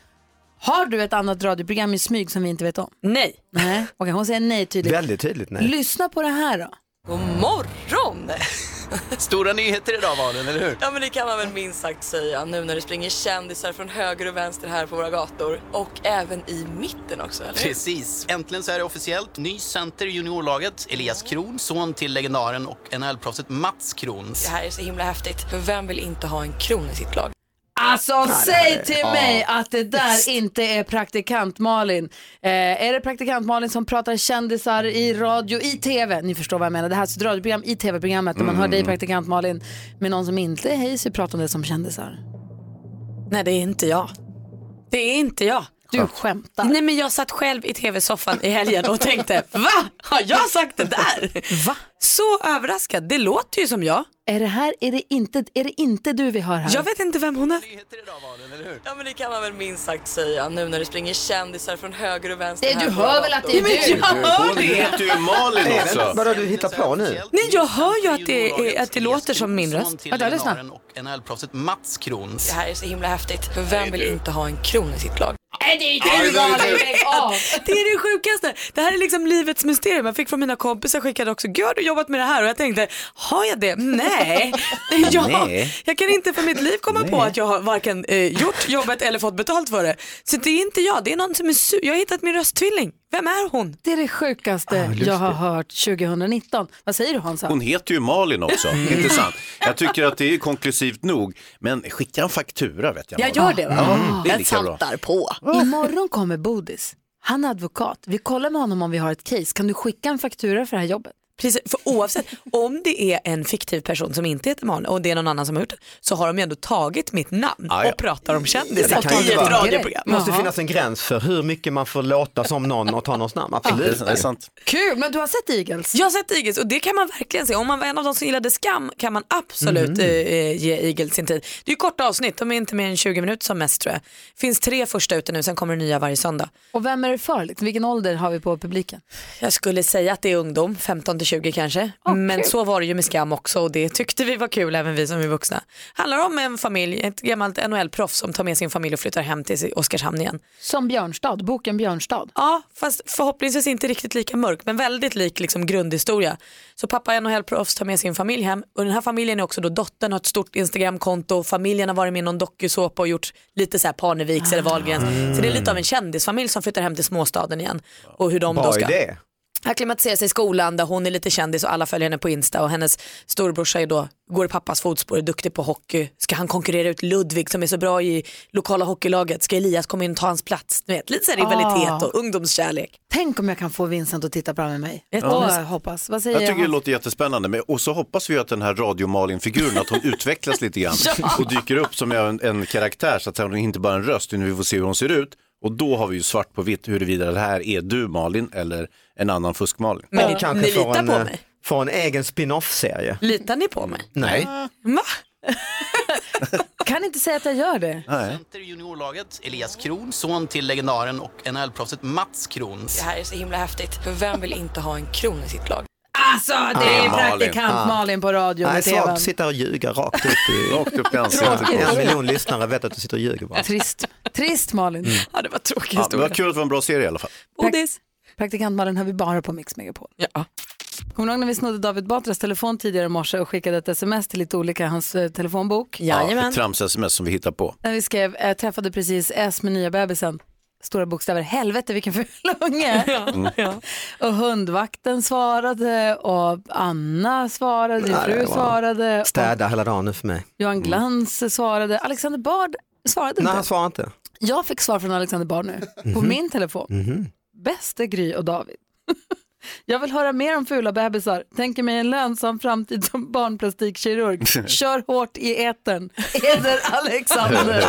Speaker 1: Har du ett annat radioprogram i smyg som vi inte vet om?
Speaker 2: Nej.
Speaker 1: Nej, (laughs) okej hon säger nej tydligt.
Speaker 12: Väldigt tydligt nej.
Speaker 1: Lyssna på det här då.
Speaker 2: God morgon! (laughs)
Speaker 15: Stora nyheter idag Malin, eller hur?
Speaker 2: Ja men det kan man väl minst sagt säga nu när det springer kändisar från höger och vänster här på våra gator och även i mitten också eller hur?
Speaker 15: Precis. Äntligen så är det officiellt. Ny center i juniorlaget, Elias Kron, son till legendaren och NHL-proffset Mats Kron.
Speaker 2: Det här är så himla häftigt för vem vill inte ha en kron i sitt lag?
Speaker 1: Alltså säg till
Speaker 2: Ja.
Speaker 1: mig att det där inte är praktikant Malin. Eh, är det praktikant Malin som pratar kändisar i radio, i tv? Ni förstår vad jag menar. Det här är alltså ett radioprogram i tv-programmet där man hör
Speaker 2: Mm.
Speaker 1: dig praktikant Malin med någon som inte är hejs och pratar om det som kändisar.
Speaker 2: Nej det är inte jag. Det är inte jag.
Speaker 1: Du skämtar.
Speaker 2: Nej men jag satt själv i tv-soffan i helgen och (laughs) tänkte va? Har jag sagt det där?
Speaker 1: Va?
Speaker 2: Så överraskad, det låter ju som jag.
Speaker 1: Är det här, är det inte, är det inte du vi hör här?
Speaker 2: Jag vet inte vem hon är. Ja men det kan man väl minst sagt säga nu när det springer kändisar från höger och vänster.
Speaker 1: Det-
Speaker 2: här
Speaker 1: du
Speaker 2: på
Speaker 1: hör
Speaker 2: vår
Speaker 1: väl att
Speaker 2: dator.
Speaker 1: det är du?
Speaker 2: Ja, men jag hör
Speaker 1: Hon
Speaker 2: det.
Speaker 1: heter ju Malin
Speaker 12: Nej,
Speaker 1: också.
Speaker 3: Alltså.
Speaker 12: vänta, Vadå du hittar på nu?
Speaker 2: Nej jag hör ju att det, är, att det låter som min
Speaker 15: Son
Speaker 2: röst.
Speaker 15: till legendaren och NHL-proffset Mats Kron.
Speaker 2: Det här är så himla häftigt för vem vill inte ha en kron i sitt lag?
Speaker 1: Nej det
Speaker 15: Ja, det är du, Malin.
Speaker 1: Lägg av.
Speaker 2: Det är det sjukaste. Det här är liksom livets mysterium. Jag fick från mina kompisar skickade också, gud har du jobbat med det här? Och jag tänkte, har jag det? Nej. Jag,
Speaker 4: Nej.
Speaker 2: jag kan inte för mitt liv komma på att jag har varken eh, gjort jobbet eller fått betalt för det. Så det är inte jag, det är någon som är sur. Jag har hittat min rösttvilling. Vem är hon?
Speaker 1: Det är det sjukaste
Speaker 12: Ah,
Speaker 1: jag har hört 2019. Vad säger du Hansa?
Speaker 3: Hon heter ju Malin också, intressant. Jag tycker att det är konklusivt nog, men skicka en faktura vet jag.
Speaker 1: Jag gör det, va?
Speaker 3: Ja,
Speaker 1: Mm.
Speaker 3: det är lika
Speaker 1: Jag
Speaker 3: bra.
Speaker 2: på.
Speaker 1: Imorgon kommer Bodis. Han är advokat. Vi kollar med honom om vi har ett case. Kan du skicka en faktura för det här jobbet?
Speaker 2: Precis, för oavsett, om det är en fiktiv person som inte heter Malin och det är någon annan som har gjort det, så har de ju ändå tagit mitt namn
Speaker 12: Ja, ja.
Speaker 2: och pratar om
Speaker 12: Det
Speaker 2: kändisar
Speaker 12: kan ju
Speaker 2: i ett
Speaker 12: inte vara-
Speaker 2: radioprogram.
Speaker 12: Det måste
Speaker 2: Jaha.
Speaker 12: finnas en gräns för hur mycket man får låta som någon och ta någons namn. Absolut.
Speaker 2: Ja, det är sant.
Speaker 1: Kul, men du har sett Eagles?
Speaker 2: Jag har sett Eagles och det kan man verkligen se. Om man var en av de som gillade Skam kan man absolut
Speaker 12: Mhm.
Speaker 2: eh, eh, ge Eagles sin tid. Det är ju korta avsnitt, de är inte mer än 20 minuter som mest tror jag. Finns tre första ute nu, sen kommer det nya varje söndag.
Speaker 1: Och vem är det för? Liksom, vilken ålder har vi på publiken?
Speaker 2: Jag skulle säga att det är ungdom, 15-20 20 kanske. Men så var det ju med Skam också och det tyckte vi var kul även vi som är vuxna. Handlar om en familj, ett gammalt NHL-proffs som tar med sin familj och flyttar hem till Oskarshamn igen.
Speaker 1: Som Björnstad, boken Björnstad.
Speaker 2: Ja, fast förhoppningsvis inte riktigt lika mörk men väldigt lik liksom, grundhistoria. Så pappa är NHL-proffs, tar med sin familj hem och den här familjen är också då dottern har ett stort Instagramkonto, familjen har varit med i någon dokusåpa och gjort lite så här Parneviks eller Wahlgrens. Så det är lite av en kändisfamilj som flyttar hem till småstaden igen. Och hur de då
Speaker 12: Bra
Speaker 2: ska
Speaker 12: idé.
Speaker 2: acklimatisera sig i skolan där hon är lite kändis och alla följer henne på Insta och hennes storbrorsa är då, går i pappas fotspår, är duktig på hockey. Ska han konkurrera ut Ludvig som är så bra i lokala hockeylaget? Ska Elias komma in och ta hans plats? Du vet, lite så här rivalitet
Speaker 1: Ah.
Speaker 2: och ungdomskärlek.
Speaker 1: Tänk om jag kan få Vincent att titta på det här med mig.
Speaker 2: Ja.
Speaker 1: Åh, jag hoppas. Vad säger
Speaker 3: Jag tycker det
Speaker 1: Hans?
Speaker 3: låter jättespännande. Men, och så hoppas vi att den här radiomalin-figuren, att hon (laughs) utvecklas lite grann
Speaker 1: Ja.
Speaker 3: och dyker upp som en, en karaktär så att hon inte bara är en röst, utan vi får se hur hon ser ut. Och då har vi ju svart på vitt huruvida det här är du Malin eller en annan fusk-Malin.
Speaker 12: Men ni kanske får, en, eh, får en egen spin-off-serie.
Speaker 2: Litar ni på mig?
Speaker 16: Mm.
Speaker 3: Nej.
Speaker 1: Kan inte säga att jag gör det.
Speaker 15: Center juniorlaget Elias Kron, son till legendaren och NHL-proffset Mats Kron.
Speaker 16: Det här är så himla häftigt, för vem vill inte ha en kron i sitt lag?
Speaker 1: Alltså det är
Speaker 12: Ah, Malin.
Speaker 1: praktikant
Speaker 12: Ah.
Speaker 1: Malin på radio
Speaker 12: Nej,
Speaker 1: och
Speaker 12: svagt
Speaker 1: tvn.
Speaker 12: att sitta och ljuga rakt upp i,
Speaker 3: rakt upp i
Speaker 1: ansiktet.
Speaker 12: En miljon lyssnare vet att du sitter och ljuger bara.
Speaker 1: Trist. Trist Malin.
Speaker 12: Mm.
Speaker 2: Ja, det var tråkigt.
Speaker 3: Ja, det var kul att det var en bra serie i alla fall.
Speaker 1: Bodis. Praktikant Malin har vi bara på Mix Megapol.
Speaker 2: Ja.
Speaker 1: Kommer du ihåg när vi snodde David Batras telefon tidigare i morse och skickade ett sms till lite olika hans eh, telefonbok?
Speaker 3: Ja, ett trams-sms som vi hittar på.
Speaker 1: När vi skrev, jag träffade precis S med nya bebisen. Stora bokstäver, helvete vilken (laughs) ful unge.
Speaker 3: Mm.
Speaker 1: (laughs) Och hundvakten svarade och Anna svarade, din
Speaker 12: Nej, det
Speaker 1: fru
Speaker 12: var-
Speaker 1: svarade,
Speaker 12: Städa hela dagen nu för mig.
Speaker 1: Johan Glans svarade, Alexander Bard svarade
Speaker 12: Nej,
Speaker 1: inte.
Speaker 12: han svarar inte.
Speaker 1: Jag fick svar från Alexander Bard nu, på
Speaker 12: Mhm.
Speaker 1: min telefon.
Speaker 12: Mhm.
Speaker 1: Bäste Gry och David. (laughs) Jag vill höra mer om fula bebisar. Tänker mig en lönsam framtid
Speaker 12: (laughs)
Speaker 1: som barnplastikkirurg. Kör hårt i etern. Eder
Speaker 12: (laughs)
Speaker 1: Alexander.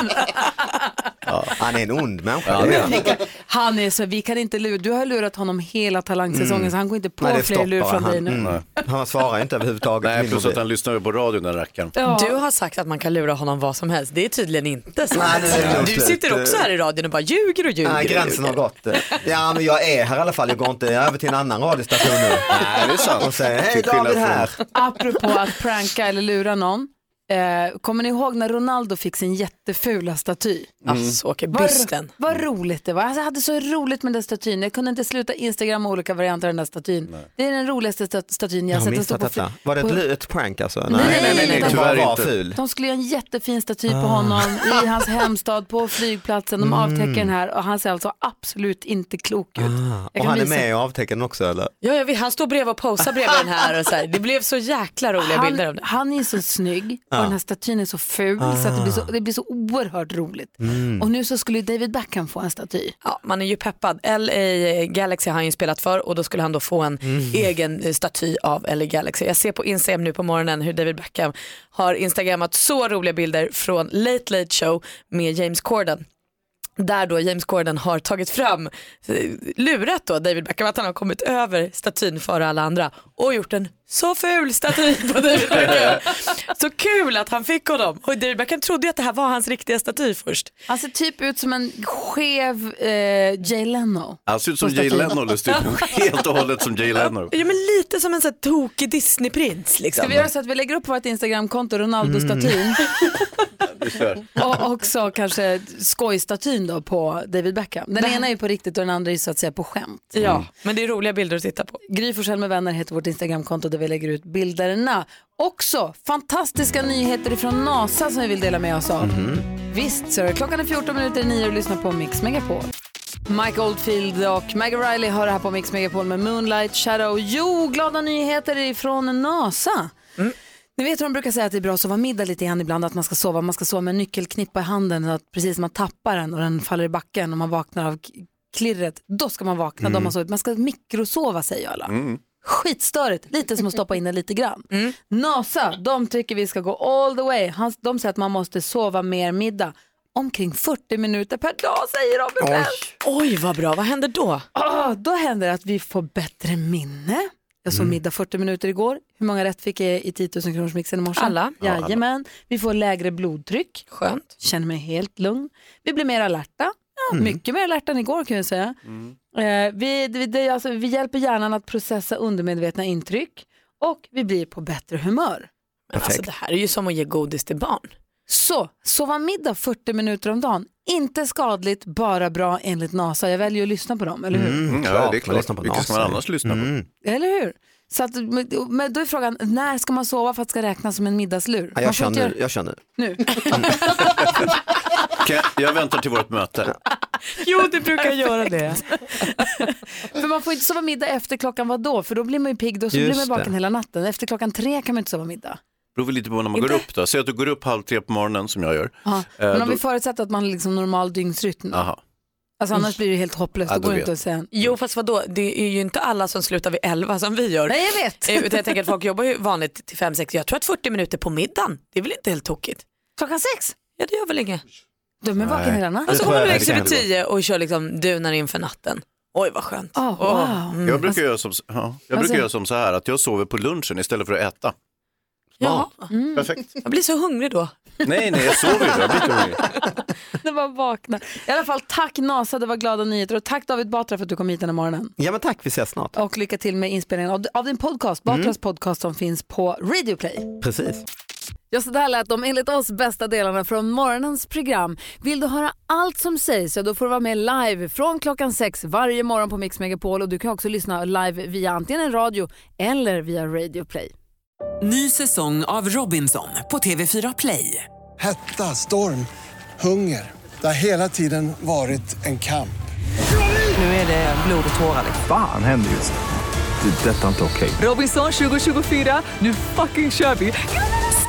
Speaker 12: Ja, han är en ond människa.
Speaker 1: Ja,
Speaker 12: det är han.
Speaker 1: Han är så, vi kan inte lura, du har lurat honom hela talangsäsongen
Speaker 12: Mm.
Speaker 1: så han går inte på
Speaker 12: Nej, det
Speaker 1: fler lur
Speaker 12: stoppar
Speaker 1: från dig nu.
Speaker 12: han, mm. han svarar inte överhuvudtaget.
Speaker 3: Nej, plus att han lyssnar ju på radion den rackaren.
Speaker 2: Du har sagt att man kan lura honom vad som helst. Det är tydligen inte sant.
Speaker 12: Nej, det är lugnt.
Speaker 2: du sitter också här i radion och bara ljuger och ljuger.
Speaker 12: Nej,
Speaker 2: och
Speaker 12: gränsen har
Speaker 2: ljuger.
Speaker 12: gått. Ja, men jag är här i alla fall. Jag går inte över till en annan radiostation nu.
Speaker 3: Nej, det är sant.
Speaker 12: Och säger, hej
Speaker 3: Till skillnad
Speaker 12: David
Speaker 3: från-
Speaker 12: här.
Speaker 1: Apropå att pranka eller lura någon. Eh, kommer ni ihåg när Ronaldo fick sin jättefula staty?
Speaker 2: Mm. Alltså, åker
Speaker 1: Vad-
Speaker 2: bysten.
Speaker 1: Vad roligt det var. Alltså, jag hade så roligt med den statyn. Jag kunde inte sluta Instagram och olika varianter av den där statyn. Det är den roligaste stat- statyn jag
Speaker 12: Jag
Speaker 1: har
Speaker 12: har
Speaker 1: sett. Den står
Speaker 12: missat
Speaker 1: på fri-
Speaker 12: detta. Var det
Speaker 1: på-
Speaker 12: ett, lu- ett prank alltså? Nej,
Speaker 1: nej, nej,
Speaker 12: det
Speaker 1: de-
Speaker 12: var
Speaker 1: Tyvärr
Speaker 12: bara
Speaker 1: inte.
Speaker 12: ful.
Speaker 1: De skulle göra en jättefin staty på
Speaker 12: Ah.
Speaker 1: honom i hans hemstad på flygplatsen. De
Speaker 12: Mm.
Speaker 1: avtäcker den här och han ser alltså absolut inte klok ut.
Speaker 12: Ah,
Speaker 1: Jag
Speaker 12: och
Speaker 1: kan
Speaker 12: han är
Speaker 1: visa.
Speaker 12: med i avtecken också eller?
Speaker 2: Ja, jag vet, han står bredvid och posar bredvid den här och så här. Det blev så jäkla roliga
Speaker 1: han,
Speaker 2: bilder av det.
Speaker 1: Han är så snygg och
Speaker 2: Ja.
Speaker 12: Ah.
Speaker 1: den här statyn är så ful så att det blir så, det blir så oerhört roligt.
Speaker 12: Mm.
Speaker 1: Och nu så skulle David Beckham få en staty.
Speaker 2: Ja, man är ju peppad. LA Galaxy har han ju spelat för och då skulle han då få en egen eh, staty av LA Galaxy. Jag ser på Instagram nu på morgonen hur David Beckham har instagrammat så roliga bilder från Late Late Show med James Corden. Där då James Corden har tagit fram, eh, lurat då David Beckham att han har kommit över statyn före alla andra och gjort en så ful staty på David Beckham. Så kul att han fick honom. Och David Beckham trodde ju att det här var hans riktiga staty först.
Speaker 1: Han ser typ ut som en skev eh, Jay Leno.
Speaker 3: Han ser ut som
Speaker 1: På statyn.
Speaker 3: Jay Leno, lustigt (laughs) nog. Helt och hållet som Jay Leno.
Speaker 2: Ja men lite som en sån här tokig Disneyprins liksom.
Speaker 1: Ska vi göra så att vi lägger upp på vårt Instagramkonto (laughs) Ronaldo-statyn och också kanske skojstatyn då på David Beckham. Den
Speaker 2: Det-
Speaker 1: ena är ju på riktigt och den andra är ju så att säga på skämt. Mm.
Speaker 2: Ja, men det är roliga bilder att titta på.
Speaker 1: Gry Forssell med vänner heter vårt Instagramkonto där vi lägger ut bilderna. Också fantastiska nyheter från NASA som vi vill dela med oss av. Visst, så är det. klockan är 14 minuter i nio och lyssna på Mix Megapol. Mike Oldfield och Maggie Riley har det här på Mix Megapol med Moonlight Shadow. Jo, glada nyheter ifrån NASA. Ni vet hur de brukar säga att det är bra att sova middag lite grann ibland, att man ska sova, man ska sova med en nyckelknippa i handen, så att precis man tappar den och den faller i backen och man vaknar av k- klirret, då ska man vakna, då har
Speaker 13: Mm.
Speaker 1: man sovit. Man ska mikrosova säger alla. Skitstörigt, lite som att stoppa in den lite grann. NASA, de tycker vi ska gå all the way. Han, de säger att man måste sova mer middag, omkring 40 minuter per dag säger de.
Speaker 2: Oj. Oj, vad bra. Vad händer då?
Speaker 1: Ah, då händer det att vi får bättre minne. Jag såg
Speaker 2: Mm.
Speaker 1: middag 40 minuter igår. Hur många rätt fick jag i 10 000 kronors mixen i morse?
Speaker 2: Alla. Ja, alla.
Speaker 1: Jajamän. Vi får lägre blodtryck. Skönt. Känner mig helt lugn. Vi blir mer alerta. Ja, Mm. Mycket mer alert än igår kan jag säga.
Speaker 2: Mm.
Speaker 1: Eh, vi, vi, det, är alltså, vi hjälper hjärnan att processa undermedvetna intryck och vi blir på bättre humör.
Speaker 2: Men alltså, det här är ju som att ge godis till barn.
Speaker 1: Så, sova middag 40 minuter om dagen. Inte skadligt, bara bra enligt NASA. Jag väljer att lyssna på dem, eller hur?
Speaker 3: Mm, ja, det är klart. Mm. Vilket ska man annars lyssna på?
Speaker 1: Eller hur? Så att, men då är frågan, när ska man sova för att det ska räknas som en middagslur?
Speaker 12: Ja,
Speaker 1: Man
Speaker 12: jag,
Speaker 1: får inte
Speaker 12: känner,
Speaker 1: göra-
Speaker 12: jag känner.
Speaker 1: Nu.
Speaker 3: Kan jag- Jag väntar till vårt möte.
Speaker 1: Jo, du brukar göra det. för man får inte sova middag efter klockan vad då? För då blir man ju pigg och så blir
Speaker 3: Just
Speaker 1: man vaken
Speaker 3: det.
Speaker 1: hela natten. Efter klockan tre kan man inte sova middag.
Speaker 3: beror väl lite på när man går upp då. Säg att du går upp halv tre på morgonen som jag gör.
Speaker 1: Ja.
Speaker 3: Eh,
Speaker 1: Men om
Speaker 3: då-
Speaker 1: vi förutsätter att man har liksom normal dygnsrytm.
Speaker 3: Aha.
Speaker 1: Alltså annars blir det ju helt hopplöst.
Speaker 3: Ja,
Speaker 1: Då
Speaker 3: då
Speaker 1: går det
Speaker 3: vet
Speaker 1: inte att säga.
Speaker 2: Jo fast vadå, det är ju inte alla som slutar vid 11 som vi gör.
Speaker 1: Nej, jag vet.
Speaker 2: Eh, Utan jag tänker att folk jobbar ju vanligt till 5-6. Jag tror att 40 minuter på middagen, det är väl inte helt tokigt?
Speaker 1: Klockan sex?
Speaker 2: Ja det gör väl inget.
Speaker 1: Du är vaken hela natten.
Speaker 2: Och så går man och lägger sig vid 10 och kör liksom dunar inför natten. Oj vad skönt.
Speaker 1: Oh, wow. (laughs)
Speaker 3: Jag brukar, göra, som, ja, jag brukar göra som så här att jag sover på lunchen istället för att äta.
Speaker 2: Jaha.
Speaker 3: Perfekt.
Speaker 2: Jag blir så hungrig då.
Speaker 3: Nej, nej, jag sover ju. då. Jag blir inte hungrig.
Speaker 1: När man vaknar. I alla fall tack NASA, det var glada nyheter. Och tack David Batra för att du kom hit den här morgonen.
Speaker 12: Ja men tack, vi ses snart.
Speaker 1: Och lycka till med inspelningen av, av din podcast,
Speaker 17: Mm.
Speaker 1: Batras podcast som finns på Radio Play.
Speaker 12: Precis.
Speaker 17: Ja, så där lät de enligt oss bästa delarna från morgonens program. Vill du höra allt som sägs så då får du vara med live från klockan sex varje morgon på Mix Megapol och du kan också lyssna live via antingen en radio eller via Radio Play.
Speaker 18: Ny säsong av Robinson på TV4 Play.
Speaker 19: Hetta, storm, hunger. Det har hela tiden varit en kamp.
Speaker 18: Nu är det blod och tårar.
Speaker 20: Fan händer just nu. det. är Detta är inte okej.
Speaker 18: Robinson 2024, nu fucking kör vi!